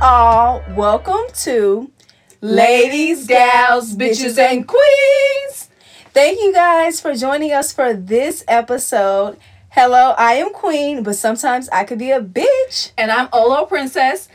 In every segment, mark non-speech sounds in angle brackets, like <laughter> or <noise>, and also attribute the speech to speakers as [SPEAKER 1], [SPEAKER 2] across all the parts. [SPEAKER 1] y'all. Welcome to Ladies, Gals, Bitches, and Queens. Thank you guys for joining us for this episode. Hello, I am Queen, but sometimes I could be a bitch.
[SPEAKER 2] And I'm Olo Princess.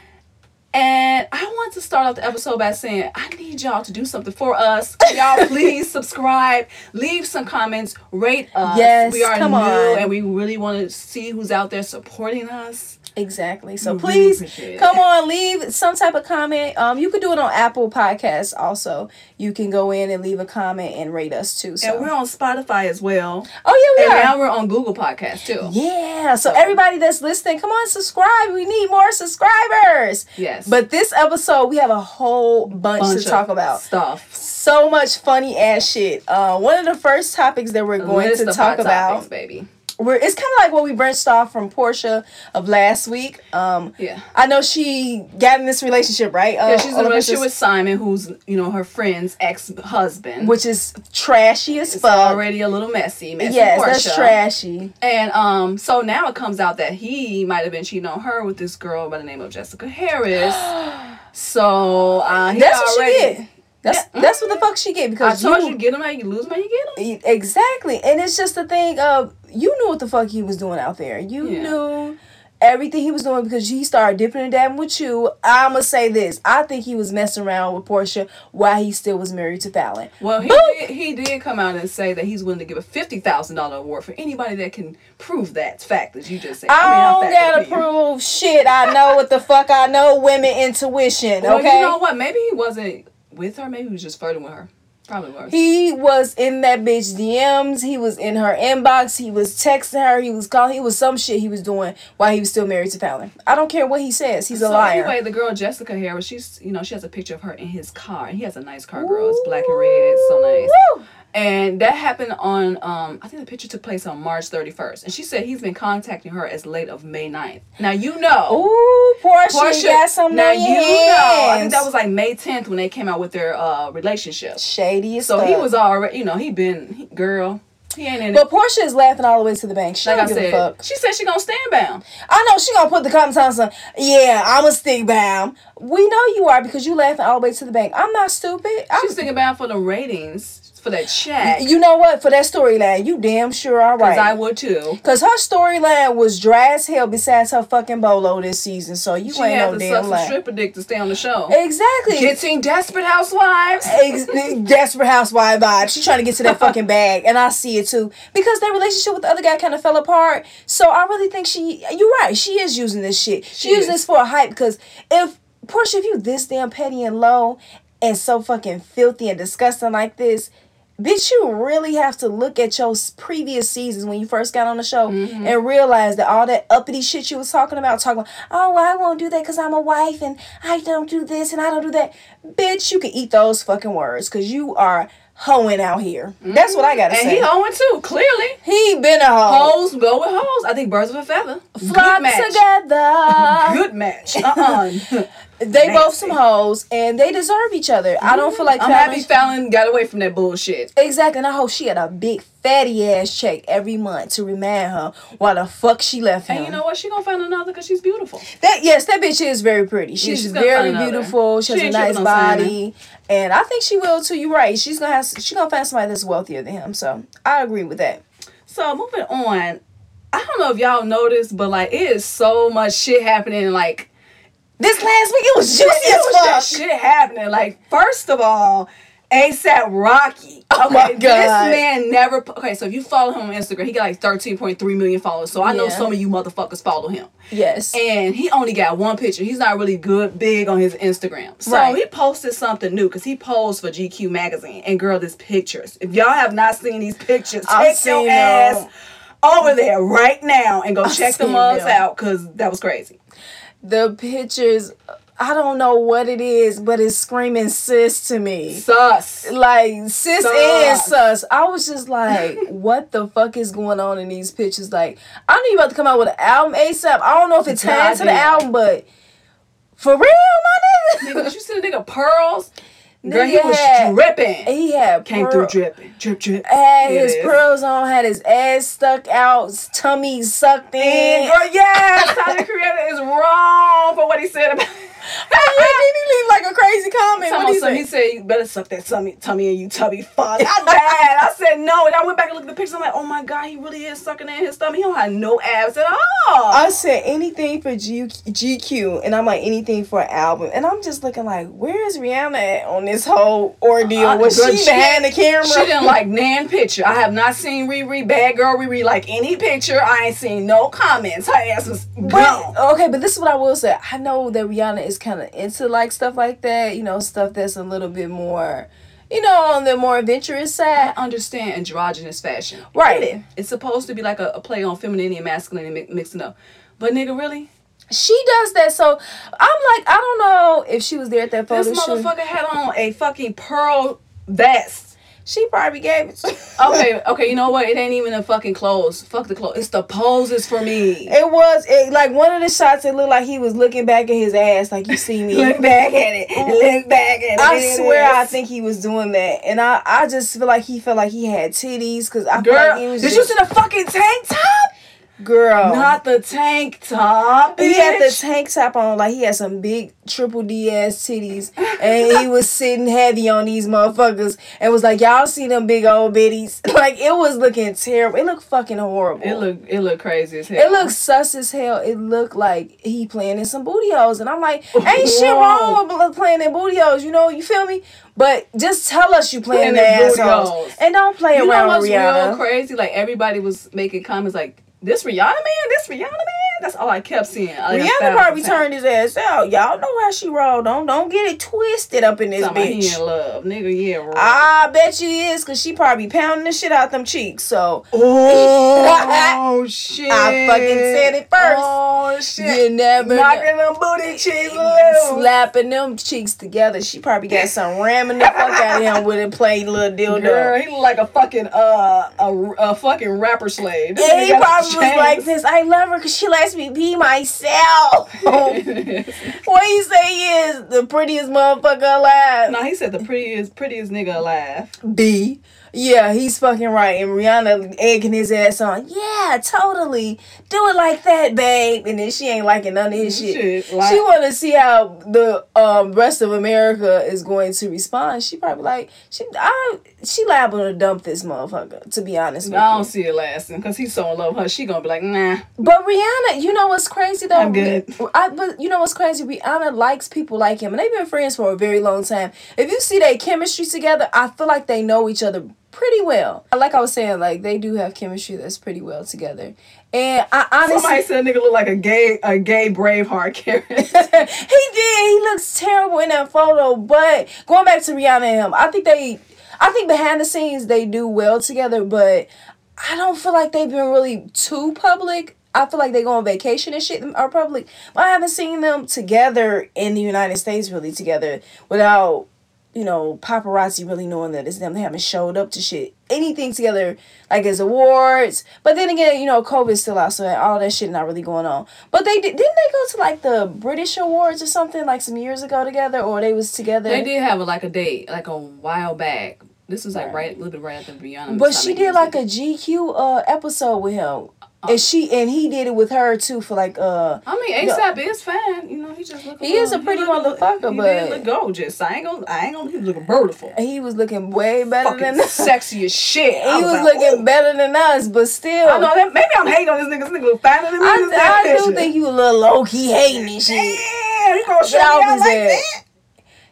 [SPEAKER 2] And I want to start off the episode by saying I need y'all to do something for us. Can
[SPEAKER 1] <laughs>
[SPEAKER 2] y'all please subscribe, leave some comments, rate us.
[SPEAKER 1] Yes,
[SPEAKER 2] we are
[SPEAKER 1] come
[SPEAKER 2] new
[SPEAKER 1] on.
[SPEAKER 2] and we really want to see who's out there supporting us.
[SPEAKER 1] Exactly. So
[SPEAKER 2] We really
[SPEAKER 1] please
[SPEAKER 2] appreciate it.
[SPEAKER 1] come on, leave some type of comment. Um, you can do it on Apple Podcasts. Also, you can go in and leave a comment and rate us too. So,
[SPEAKER 2] And we're on Spotify as well.
[SPEAKER 1] oh yeah,
[SPEAKER 2] And
[SPEAKER 1] we are.
[SPEAKER 2] now we're on Google Podcast too.
[SPEAKER 1] Yeah. So everybody that's listening, come on, subscribe. We need more subscribers.
[SPEAKER 2] Yes.
[SPEAKER 1] But this episode, we have a whole bunch,
[SPEAKER 2] Bunch
[SPEAKER 1] to
[SPEAKER 2] of
[SPEAKER 1] talk about.
[SPEAKER 2] stuff.
[SPEAKER 1] So much funny ass shit. Uh, one of the first topics that we're going
[SPEAKER 2] List
[SPEAKER 1] to
[SPEAKER 2] of
[SPEAKER 1] talk
[SPEAKER 2] hot
[SPEAKER 1] about,
[SPEAKER 2] topics, baby.
[SPEAKER 1] we're, it's kind of like what we branched off from Portia of last week. Um,
[SPEAKER 2] Yeah.
[SPEAKER 1] I know she got in this relationship, right? Uh,
[SPEAKER 2] Yeah, she's in
[SPEAKER 1] Ola
[SPEAKER 2] a relationship with
[SPEAKER 1] Princess,
[SPEAKER 2] Simon, who's you know her friend's ex husband,
[SPEAKER 1] which is trashy as
[SPEAKER 2] is
[SPEAKER 1] fuck.
[SPEAKER 2] already a little messy. messy
[SPEAKER 1] yes,
[SPEAKER 2] Portia.
[SPEAKER 1] that's trashy.
[SPEAKER 2] And um, so now it comes out that he might have been cheating on her with this girl by the name of Jessica Harris. so uh, he
[SPEAKER 1] That's what
[SPEAKER 2] already,
[SPEAKER 1] she did. That's that's what the fuck she get
[SPEAKER 2] I
[SPEAKER 1] because
[SPEAKER 2] told
[SPEAKER 1] you,
[SPEAKER 2] you, get him out, you lose him, out, you get him.
[SPEAKER 1] E- Exactly. And it's just the thing of you knew what the fuck he was doing out there. You
[SPEAKER 2] Yeah.
[SPEAKER 1] knew everything he was doing because he started dipping and dabbing with you. I'ma say this. I think he was messing around with Portia while he still was married to Fallon.
[SPEAKER 2] Well, he
[SPEAKER 1] Boop.
[SPEAKER 2] did, he did come out and say that he's willing to give a fifty thousand dollar award for anybody that can prove that fact that you just said.
[SPEAKER 1] I
[SPEAKER 2] how
[SPEAKER 1] don't
[SPEAKER 2] fact
[SPEAKER 1] gotta
[SPEAKER 2] that be.
[SPEAKER 1] prove shit. I know what the fuck I know. Women intuition.
[SPEAKER 2] Well,
[SPEAKER 1] Okay.
[SPEAKER 2] you know what? Maybe he wasn't with her. Maybe he was just flirting with her. Probably was.
[SPEAKER 1] He was in that bitch DMs. He was in her inbox. He was texting her. He was calling. He was some shit he was doing while he was still married to Fallon. I don't care what he says. He's a
[SPEAKER 2] so
[SPEAKER 1] liar.
[SPEAKER 2] anyway, the girl Jessica Harris, she's you know she has a picture of her in his car, and he has a nice car, girl. It's black and red, it's so nice.
[SPEAKER 1] Woo!
[SPEAKER 2] And that happened on um I think the picture took place on March 31st, and she said he's been contacting her as late of May 9th. Now you know,
[SPEAKER 1] Ooh, Portia,
[SPEAKER 2] Portia-
[SPEAKER 1] got some
[SPEAKER 2] now
[SPEAKER 1] nice
[SPEAKER 2] you know, I think that was like May 10th when they came out with their uh relationship.
[SPEAKER 1] shady as
[SPEAKER 2] So
[SPEAKER 1] fuck.
[SPEAKER 2] he was already, you know, he been he- girl. He ain't in it.
[SPEAKER 1] But Portia is laughing all the way to the bank. She
[SPEAKER 2] Like I
[SPEAKER 1] don't give a
[SPEAKER 2] said,
[SPEAKER 1] fuck.
[SPEAKER 2] she said she gonna stand bound.
[SPEAKER 1] I know she gonna put the comments on some. Yeah, I'm a stick bound. We know you are because you laughing all the way to the bank. I'm not stupid. I'm,
[SPEAKER 2] She's thinking bound for the ratings for that check.
[SPEAKER 1] you know what? For that storyline, you damn sure are
[SPEAKER 2] Cause
[SPEAKER 1] right.
[SPEAKER 2] I would too.
[SPEAKER 1] Cause her storyline was dry as hell. Besides her fucking bolo this season, so you
[SPEAKER 2] She
[SPEAKER 1] ain't
[SPEAKER 2] had
[SPEAKER 1] no
[SPEAKER 2] to
[SPEAKER 1] damn
[SPEAKER 2] suck some
[SPEAKER 1] lie.
[SPEAKER 2] stripper dick to stay on the show.
[SPEAKER 1] Exactly.
[SPEAKER 2] Getting desperate housewives.
[SPEAKER 1] Ex- Desperate Housewife vibe. She's trying to get to that fucking bag, and I see it too because their relationship with the other guy kind of fell apart. So I really think she, you're right, she is using this shit. She,
[SPEAKER 2] She
[SPEAKER 1] uses
[SPEAKER 2] is.
[SPEAKER 1] this for a hype because if Portia, if you this damn petty and low, and so fucking filthy and disgusting like this. Bitch, you really have to look at your s- previous seasons when you first got on the show
[SPEAKER 2] Mm-hmm.
[SPEAKER 1] and realize that all that uppity shit you was talking about, talking about, oh, well, I won't do that because I'm a wife and I don't do this and I don't do that. Bitch, you can eat those fucking words because you are hoeing out here. That's what I gotta
[SPEAKER 2] And
[SPEAKER 1] say.
[SPEAKER 2] he
[SPEAKER 1] He,
[SPEAKER 2] hoeing too, clearly.
[SPEAKER 1] been a hoe.
[SPEAKER 2] Hoes go with hoes. I think birds of a feather.
[SPEAKER 1] Flock
[SPEAKER 2] Good match.
[SPEAKER 1] together.
[SPEAKER 2] <laughs> Good match. <laughs> Uh-uh.
[SPEAKER 1] they both
[SPEAKER 2] Nasty.
[SPEAKER 1] some hoes and they deserve each other. I don't feel like
[SPEAKER 2] Mm-hmm. I'm
[SPEAKER 1] Fallon-
[SPEAKER 2] happy Fallon got away from that bullshit.
[SPEAKER 1] Exactly, and I hope she had a big fatty ass check every month to remind her why the fuck she left him.
[SPEAKER 2] And you know what? She gonna find another because she's beautiful.
[SPEAKER 1] that yes, that bitch is very pretty. She's,
[SPEAKER 2] she's gonna
[SPEAKER 1] very
[SPEAKER 2] find another.
[SPEAKER 1] beautiful. She has
[SPEAKER 2] She
[SPEAKER 1] a
[SPEAKER 2] ain't
[SPEAKER 1] nice
[SPEAKER 2] tripping on Simon.
[SPEAKER 1] body, and I think she will too. You're right. She's gonna have she's gonna find somebody that's wealthier than him. So I agree with that.
[SPEAKER 2] So moving on. I don't know if y'all noticed, but like it is so much shit happening. Like
[SPEAKER 1] This last week it was juicy
[SPEAKER 2] It was that
[SPEAKER 1] as fuck.
[SPEAKER 2] shit happening. Like, first of all, ASAP Rocky. Okay,
[SPEAKER 1] Oh my
[SPEAKER 2] this
[SPEAKER 1] God.
[SPEAKER 2] man never. po- Okay, so if you follow him on Instagram, he got like 13.3 million followers. So I know
[SPEAKER 1] Yeah.
[SPEAKER 2] some of you motherfuckers follow him.
[SPEAKER 1] Yes.
[SPEAKER 2] And he only got one picture. He's not really good, big on his Instagram. So
[SPEAKER 1] Right.
[SPEAKER 2] he posted something new because he posed for GQ magazine. And girl, this pictures. If y'all have not seen these pictures,
[SPEAKER 1] I've
[SPEAKER 2] take your
[SPEAKER 1] seen
[SPEAKER 2] ass
[SPEAKER 1] them.
[SPEAKER 2] over there right now and go check the
[SPEAKER 1] seen
[SPEAKER 2] mugs
[SPEAKER 1] them.
[SPEAKER 2] out because that was crazy.
[SPEAKER 1] the pictures, I don't know what it is, but it's screaming sis to me.
[SPEAKER 2] Sus.
[SPEAKER 1] like sis
[SPEAKER 2] Sus.
[SPEAKER 1] and sus. I was just like,
[SPEAKER 2] <laughs>
[SPEAKER 1] what the fuck is going on in these pictures? Like, I know you about to come out with an album ASAP. I don't know if it's
[SPEAKER 2] Yeah,
[SPEAKER 1] tied
[SPEAKER 2] I
[SPEAKER 1] to the
[SPEAKER 2] do.
[SPEAKER 1] album, but for real, my
[SPEAKER 2] Nigga,
[SPEAKER 1] nigga, <laughs>
[SPEAKER 2] did you see the nigga pearls? Girl, he
[SPEAKER 1] Nigga
[SPEAKER 2] was
[SPEAKER 1] had-
[SPEAKER 2] dripping.
[SPEAKER 1] he had
[SPEAKER 2] Came
[SPEAKER 1] pearl-
[SPEAKER 2] through dripping. Drip, drip.
[SPEAKER 1] Had
[SPEAKER 2] Here
[SPEAKER 1] his
[SPEAKER 2] it is.
[SPEAKER 1] pearls on, had his ass stuck out, his tummy sucked in.
[SPEAKER 2] <laughs> And girl, yes, Tyler Creator is wrong for what he said about
[SPEAKER 1] I didn't a crazy comment. What
[SPEAKER 2] Someone
[SPEAKER 1] do you
[SPEAKER 2] said-
[SPEAKER 1] say?
[SPEAKER 2] he said, "You better suck that tummy, tummy, and you tubby fuck." I died. I said no, and I went back and looked at the pictures. I'm like, "Oh my god, he really is sucking in his tummy. He don't have no abs at all."
[SPEAKER 1] I said anything for G- GQ, and I'm like anything for an album, and I'm just looking like, where is Rihanna at on this whole ordeal?
[SPEAKER 2] Uh,
[SPEAKER 1] Was
[SPEAKER 2] girl,
[SPEAKER 1] she
[SPEAKER 2] she-
[SPEAKER 1] behind the camera?
[SPEAKER 2] She didn't like Nan picture. I have not seen Riri bad girl Riri like any picture. I ain't seen no comments. Her ass was gone.
[SPEAKER 1] But okay, but this is what I will say. I know that Rihanna is kind of into like stuff like that, you know, stuff that's a little bit more, you know, on the more adventurous
[SPEAKER 2] I
[SPEAKER 1] side.
[SPEAKER 2] understand androgynous fashion.
[SPEAKER 1] Right.
[SPEAKER 2] Get it. It's supposed to be like a, a play on femininity and masculinity mi- mixing up. But nigga, really?
[SPEAKER 1] She does that, so I'm like, I don't know if she was there at that photo
[SPEAKER 2] This
[SPEAKER 1] shoot.
[SPEAKER 2] motherfucker had on a fucking pearl vest.
[SPEAKER 1] She probably gave it. to-
[SPEAKER 2] Okay, okay, you know what? It ain't even the fucking clothes. Fuck the clothes. It's the poses for me.
[SPEAKER 1] It was it like one of the shots. It looked like he was looking back at his ass, like you see me.
[SPEAKER 2] back at it. Look back at it.
[SPEAKER 1] I swear, I think he was doing that, and I I just feel like he felt like he had titties because I feel
[SPEAKER 2] Girl,
[SPEAKER 1] like he was
[SPEAKER 2] did you Oh.
[SPEAKER 1] just,
[SPEAKER 2] see the fucking tank top?
[SPEAKER 1] girl.
[SPEAKER 2] Not the tank top.
[SPEAKER 1] he had the
[SPEAKER 2] bitch.
[SPEAKER 1] tank top on, like he had some big triple D ass titties, and he was sitting heavy on these motherfuckers, and was like, "Y'all see them big old bitties?" <laughs> Like it was looking terrible. It looked fucking horrible.
[SPEAKER 2] It look it look crazy as hell.
[SPEAKER 1] It looked sus as hell. It looked like he playing in some booty holes. And I'm like, ain't shit
[SPEAKER 2] <laughs> Whoa.
[SPEAKER 1] wrong with bl- playing in booty holes, you know, you feel me? But just tell us you playing,
[SPEAKER 2] Playing in
[SPEAKER 1] in
[SPEAKER 2] booty holes.
[SPEAKER 1] assholes. And don't play
[SPEAKER 2] You know
[SPEAKER 1] around
[SPEAKER 2] what's
[SPEAKER 1] with Rihanna.
[SPEAKER 2] real crazy? Like everybody was making comments like, "This Rihanna man, this Rihanna man." That's all I kept seeing. Like, a
[SPEAKER 1] Rihanna
[SPEAKER 2] thousand
[SPEAKER 1] probably
[SPEAKER 2] times.
[SPEAKER 1] turned his ass out. Y'all know how she rolled. Don't don't get it twisted up in this
[SPEAKER 2] Talking about He
[SPEAKER 1] bitch.
[SPEAKER 2] in love, nigga. Yeah, right. <laughs>
[SPEAKER 1] I bet you is, cause she probably pounding the shit out them cheeks. So
[SPEAKER 2] oh shit!
[SPEAKER 1] I fucking said it first.
[SPEAKER 2] Oh shit!
[SPEAKER 1] you never
[SPEAKER 2] Knocking them booty cheeks
[SPEAKER 1] know.
[SPEAKER 2] loose.
[SPEAKER 1] slapping them cheeks together. She probably got some ramming the fuck out of him with a plain little dildo.
[SPEAKER 2] Girl, he look like a fucking uh a, a fucking rapper slave. This
[SPEAKER 1] Yeah, he
[SPEAKER 2] nigga got
[SPEAKER 1] probably was like this. I love her because she lets me be
[SPEAKER 2] <laughs>
[SPEAKER 1] myself. what
[SPEAKER 2] chains. <laughs>
[SPEAKER 1] you say is the prettiest motherfucker alive.
[SPEAKER 2] no, he said the prettiest prettiest nigga alive.
[SPEAKER 1] B. Yeah, he's fucking right. And Rihanna egging his ass on. Yeah, totally. Do it like that, babe. And then she ain't liking none of his shit.
[SPEAKER 2] Shit, like-
[SPEAKER 1] she want to see how the um, rest of America is going to respond. She probably like she I she liable to dump this motherfucker. To be honest with
[SPEAKER 2] I
[SPEAKER 1] you.
[SPEAKER 2] don't see it lasting because he's so in love with her. She gonna be like, nah.
[SPEAKER 1] But Rihanna, you know what's crazy though?
[SPEAKER 2] I'm good.
[SPEAKER 1] I, but you know what's crazy? Rihanna likes people like him, and they've been friends for a very long time. If you see their chemistry together, I feel like they know each other pretty well. Like I was saying, like they do have chemistry that's pretty well together. And I honestly,
[SPEAKER 2] Somebody said nigga look like a gay a gay Braveheart character.
[SPEAKER 1] <laughs>
[SPEAKER 2] <laughs>
[SPEAKER 1] he did. He looks terrible in that photo. But going back to Rihanna and him, I think they, I think behind the scenes they do well together. But I don't feel like they've been really too public. I feel like they go on vacation and shit are public. But I haven't seen them together in the United States really together without. You know, paparazzi really knowing that it's them. They haven't showed up to shit, anything together, like as awards. But then again, you know, COVID's still out, so all that shit not really going on. But they did, didn't they go to like the British Awards or something like some years ago together, or they was together.
[SPEAKER 2] they did have a, like a date like a while back. This was like
[SPEAKER 1] Right.
[SPEAKER 2] right a little bit right after Rihanna.
[SPEAKER 1] But
[SPEAKER 2] stopped
[SPEAKER 1] she
[SPEAKER 2] making
[SPEAKER 1] did like a
[SPEAKER 2] music.
[SPEAKER 1] GQ uh episode with him,
[SPEAKER 2] Uh,
[SPEAKER 1] and she and he did it with her too for like uh.
[SPEAKER 2] I mean,
[SPEAKER 1] Yeah.
[SPEAKER 2] ASAP is fine. You know, he just look.
[SPEAKER 1] He is a
[SPEAKER 2] little-
[SPEAKER 1] pretty
[SPEAKER 2] look-
[SPEAKER 1] motherfucker,
[SPEAKER 2] he
[SPEAKER 1] but-
[SPEAKER 2] did look gorgeous. I ain't gonna. I ain't gonna. He looking beautiful.
[SPEAKER 1] He was looking way better
[SPEAKER 2] Fucking
[SPEAKER 1] than
[SPEAKER 2] sexy as shit.
[SPEAKER 1] <laughs> He was looking better than us, but still,
[SPEAKER 2] I know that. Maybe I'm hating on this nigga. This nigga look finer than me. in this
[SPEAKER 1] I, I
[SPEAKER 2] picture.
[SPEAKER 1] do think he was a little low key hating this shit.
[SPEAKER 2] Yeah, he gonna show me
[SPEAKER 1] Get off
[SPEAKER 2] out
[SPEAKER 1] his
[SPEAKER 2] like
[SPEAKER 1] ass.
[SPEAKER 2] that.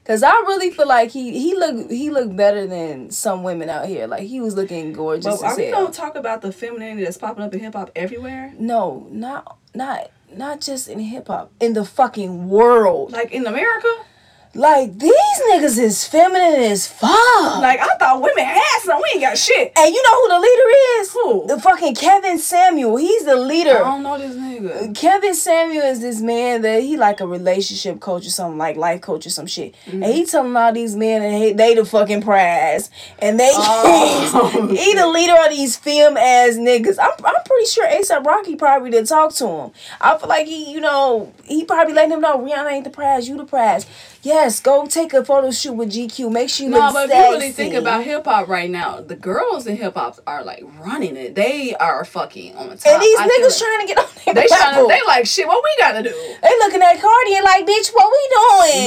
[SPEAKER 1] Cause I really feel like he he look he looked better than some women out here. Like he was looking gorgeous
[SPEAKER 2] But
[SPEAKER 1] as
[SPEAKER 2] are we
[SPEAKER 1] hell.
[SPEAKER 2] gonna talk about the femininity that's popping up in hip hop everywhere?
[SPEAKER 1] No, not not not just in hip hop, in the fucking world.
[SPEAKER 2] Like in America?
[SPEAKER 1] Uh. Like these niggas is feminine as fuck.
[SPEAKER 2] Like I thought women had some. We ain't got shit.
[SPEAKER 1] and you know who the leader is?
[SPEAKER 2] Who?
[SPEAKER 1] The fucking Kevin Samuel. He's the
[SPEAKER 2] I
[SPEAKER 1] leader.
[SPEAKER 2] don't know this nigga.
[SPEAKER 1] Kevin Samuel is this man that he like a relationship coach or something like life coach or some shit, and
[SPEAKER 2] Mm-hmm.
[SPEAKER 1] he telling all these men and hey, they the fucking prize and they
[SPEAKER 2] Oh.
[SPEAKER 1] kings. <laughs> he the leader of these film ass niggas. I'm I'm pretty sure ASAP Rocky probably did talk to him. I feel like he you know he probably letting him know Rihanna ain't the prize, you the prize. Yeah, Yes, go take a photo shoot with GQ. Make sure you
[SPEAKER 2] No,
[SPEAKER 1] look
[SPEAKER 2] but if
[SPEAKER 1] sexy.
[SPEAKER 2] you really think about hip hop right now, the girls in hip hop are like running it. They are fucking on top.
[SPEAKER 1] and these
[SPEAKER 2] I
[SPEAKER 1] niggas
[SPEAKER 2] feel
[SPEAKER 1] trying to get on
[SPEAKER 2] it.
[SPEAKER 1] their
[SPEAKER 2] they trying
[SPEAKER 1] level.
[SPEAKER 2] to, they like shit. What we gotta do?
[SPEAKER 1] They looking at Cardi and like, bitch, what we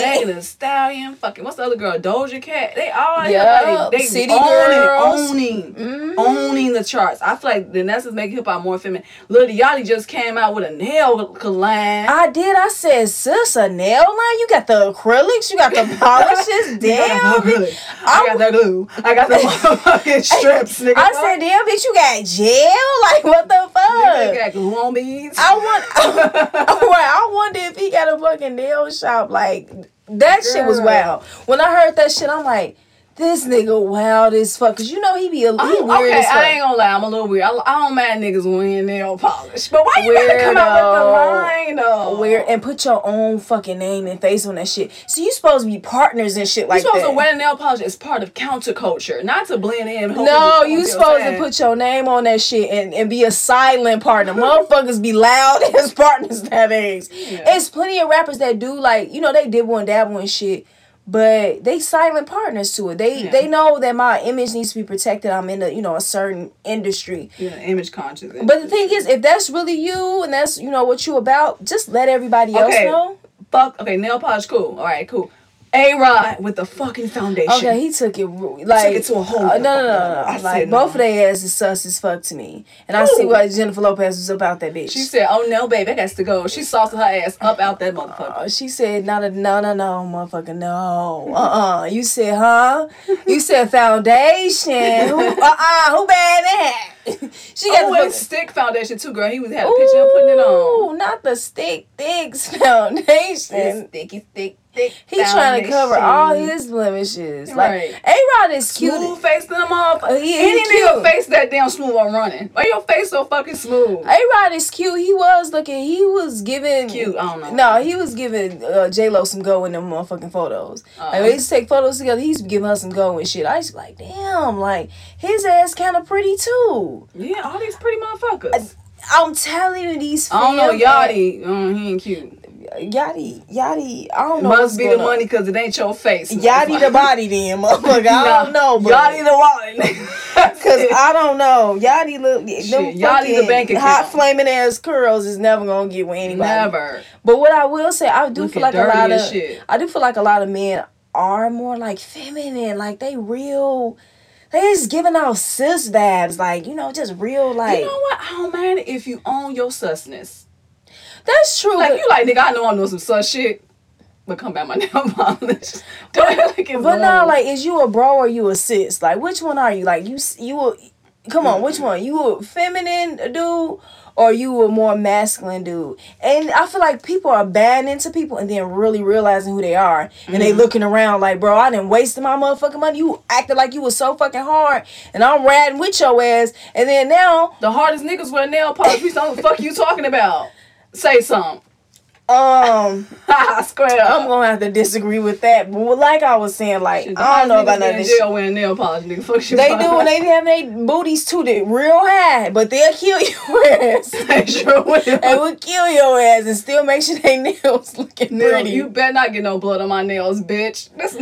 [SPEAKER 1] doing?
[SPEAKER 2] <laughs> Megan Thee Stallion, fucking what's the other girl? Doja Cat. They all hip
[SPEAKER 1] Yup.
[SPEAKER 2] hop. They, they
[SPEAKER 1] City
[SPEAKER 2] owning,
[SPEAKER 1] Girls.
[SPEAKER 2] owning,
[SPEAKER 1] Mhm.
[SPEAKER 2] owning the charts. I feel like the Nessa's making hip hop more feminine. Lil Yachty just came out with a nail collab.
[SPEAKER 1] I did. I said, sis, a nail line. You got the acrylics. You got the
[SPEAKER 2] <laughs>
[SPEAKER 1] polishes. damn.
[SPEAKER 2] I got no
[SPEAKER 1] bitch.
[SPEAKER 2] good. I got the glue. I <laughs> got the motherfucking strips, nigga.
[SPEAKER 1] I said, damn, bitch, you got gel. <laughs> Like, what the
[SPEAKER 2] Nigga,
[SPEAKER 1] fuck?
[SPEAKER 2] got glue on beads.
[SPEAKER 1] I
[SPEAKER 2] <laughs>
[SPEAKER 1] want. <laughs> I wonder if he got a fucking nail shop. Like that shit was
[SPEAKER 2] Girl.
[SPEAKER 1] wild. When I heard that shit, I'm like, this nigga wild as fuck. Cause you know he be a he
[SPEAKER 2] I'm-
[SPEAKER 1] weird
[SPEAKER 2] Oh, okay,
[SPEAKER 1] as fuck.
[SPEAKER 2] I ain't gonna lie, I'm a little weird. I, I don't mind niggas wearing nail polish, but why you gotta come out with the line though?
[SPEAKER 1] Weird and put your own fucking name and face on that shit. So you supposed to be partners and shit
[SPEAKER 2] You
[SPEAKER 1] like
[SPEAKER 2] supposed
[SPEAKER 1] that.
[SPEAKER 2] to wear nail polish as part of counterculture, not to blend in.
[SPEAKER 1] no, you supposed to put your name on that shit and, and be a silent
[SPEAKER 2] <laughs>
[SPEAKER 1] partner. Motherfuckers be loud <laughs> as partners nowadays.
[SPEAKER 2] Yeah.
[SPEAKER 1] It's plenty of rappers that do like you know they dibble and dabble and shit, but they silent partners to it. They
[SPEAKER 2] Yeah.
[SPEAKER 1] they know that my image needs to be protected. I'm in a you know a certain industry.
[SPEAKER 2] yeah, image conscious.
[SPEAKER 1] But the thing is, if that's really you and that's you know what you about, just let everybody else
[SPEAKER 2] Okay.
[SPEAKER 1] know.
[SPEAKER 2] fuck. Okay, nail polish, cool. All right, cool. A Rod with the fucking foundation.
[SPEAKER 1] Okay, he took it ru- like
[SPEAKER 2] it to a whole
[SPEAKER 1] Uh, no, no, no, no.
[SPEAKER 2] nother fucking level. I
[SPEAKER 1] Like
[SPEAKER 2] said no.
[SPEAKER 1] both of their asses sus as fuck to me, and I see
[SPEAKER 2] Ooh.
[SPEAKER 1] why Jennifer Lopez was about that bitch.
[SPEAKER 2] She said, "Oh no, babe, that has to go." She sauced her ass up out that motherfucker.
[SPEAKER 1] Uh, she said, "Not a no, no, no, motherfucker, no. Uh, uh You said, huh? You said foundation.
[SPEAKER 2] <laughs>
[SPEAKER 1] Who, uh, uh, who bad that? she got
[SPEAKER 2] Oh,
[SPEAKER 1] the
[SPEAKER 2] and stick foundation too, girl. He was had a picture of putting it on.
[SPEAKER 1] Ooh, not the stick thicks <laughs> foundation.
[SPEAKER 2] sticky, stick, thick.
[SPEAKER 1] He trying to cover all
[SPEAKER 2] foundation.
[SPEAKER 1] his blemishes. Like
[SPEAKER 2] Right.
[SPEAKER 1] A Rod is cute.
[SPEAKER 2] smooth face than a motherfucker.
[SPEAKER 1] Uh, he- he
[SPEAKER 2] Any
[SPEAKER 1] cute.
[SPEAKER 2] nigga face that damn smooth on running. Why your face so fucking smooth?
[SPEAKER 1] A Rod is cute. He was looking. He was giving
[SPEAKER 2] Cute, I don't know.
[SPEAKER 1] No, he was giving uh, J Lo some go in them motherfucking photos. Like,
[SPEAKER 2] Uh-uh.
[SPEAKER 1] they used to take photos together. He used to be giving her some go and shit. I used to be like, damn, like his ass kind of pretty too.
[SPEAKER 2] Yeah, all these pretty motherfuckers.
[SPEAKER 1] I'm telling you, these.
[SPEAKER 2] I don't know,
[SPEAKER 1] fam-
[SPEAKER 2] Yachty. Mm, he ain't cute.
[SPEAKER 1] Yachty, Yachty. I don't know. what's
[SPEAKER 2] Must be the
[SPEAKER 1] going on.
[SPEAKER 2] money because it ain't your face.
[SPEAKER 1] Yachty the
[SPEAKER 2] motherfucker. <laughs>
[SPEAKER 1] body, then motherfucker. I don't
[SPEAKER 2] Nah,
[SPEAKER 1] know, but
[SPEAKER 2] Yachty the wallet.
[SPEAKER 1] <laughs>
[SPEAKER 2] <laughs>
[SPEAKER 1] Cause I don't know, Yachty look, them
[SPEAKER 2] Yachty the
[SPEAKER 1] fucking
[SPEAKER 2] bank
[SPEAKER 1] hot
[SPEAKER 2] account.
[SPEAKER 1] flaming ass curls is never gonna get with anybody.
[SPEAKER 2] never.
[SPEAKER 1] But what I will say, I do feel
[SPEAKER 2] Looking
[SPEAKER 1] like a
[SPEAKER 2] dirty
[SPEAKER 1] lot of
[SPEAKER 2] as shit.
[SPEAKER 1] I do feel like a lot of men are more like feminine, like they real. They just giving out sis vibes, like you know, just real like
[SPEAKER 2] You know what? I don't mind if you own your susness.
[SPEAKER 1] that's true.
[SPEAKER 2] Like
[SPEAKER 1] but-
[SPEAKER 2] you, like nigga. I know I'm doing some sus shit, but come back my <laughs> nail polish. Don't act like it's
[SPEAKER 1] but now,
[SPEAKER 2] wrong.
[SPEAKER 1] like, is you a bro or you a sis? Like, which one are you? Like, you s- you a, come on, which one? You a feminine dude or you a more masculine dude? And I feel like people are bad into people and then really realizing who they are and they looking around like, bro, I didn't waste my motherfucking money. You acted like you was so fucking hard, and I'm riding with your ass, and then now,
[SPEAKER 2] The hardest niggas wear nail polish. We don't fuck you talking about. Say something. <laughs>
[SPEAKER 1] um.
[SPEAKER 2] I square
[SPEAKER 1] I'm
[SPEAKER 2] up.
[SPEAKER 1] gonna have to disagree with that, but like I was saying, like I don't know about none of
[SPEAKER 2] in
[SPEAKER 1] this. shit.
[SPEAKER 2] jail wearing nail polish, nigga. Fuck you.
[SPEAKER 1] They do, and they be having their booties tooted real high, but they'll kill your <laughs> ass.
[SPEAKER 2] <laughs> They sure will.
[SPEAKER 1] They will kill your ass and still make sure they <laughs> nails looking
[SPEAKER 2] Nail-
[SPEAKER 1] pretty.
[SPEAKER 2] You better not get no blood on my nails, bitch. <laughs> That's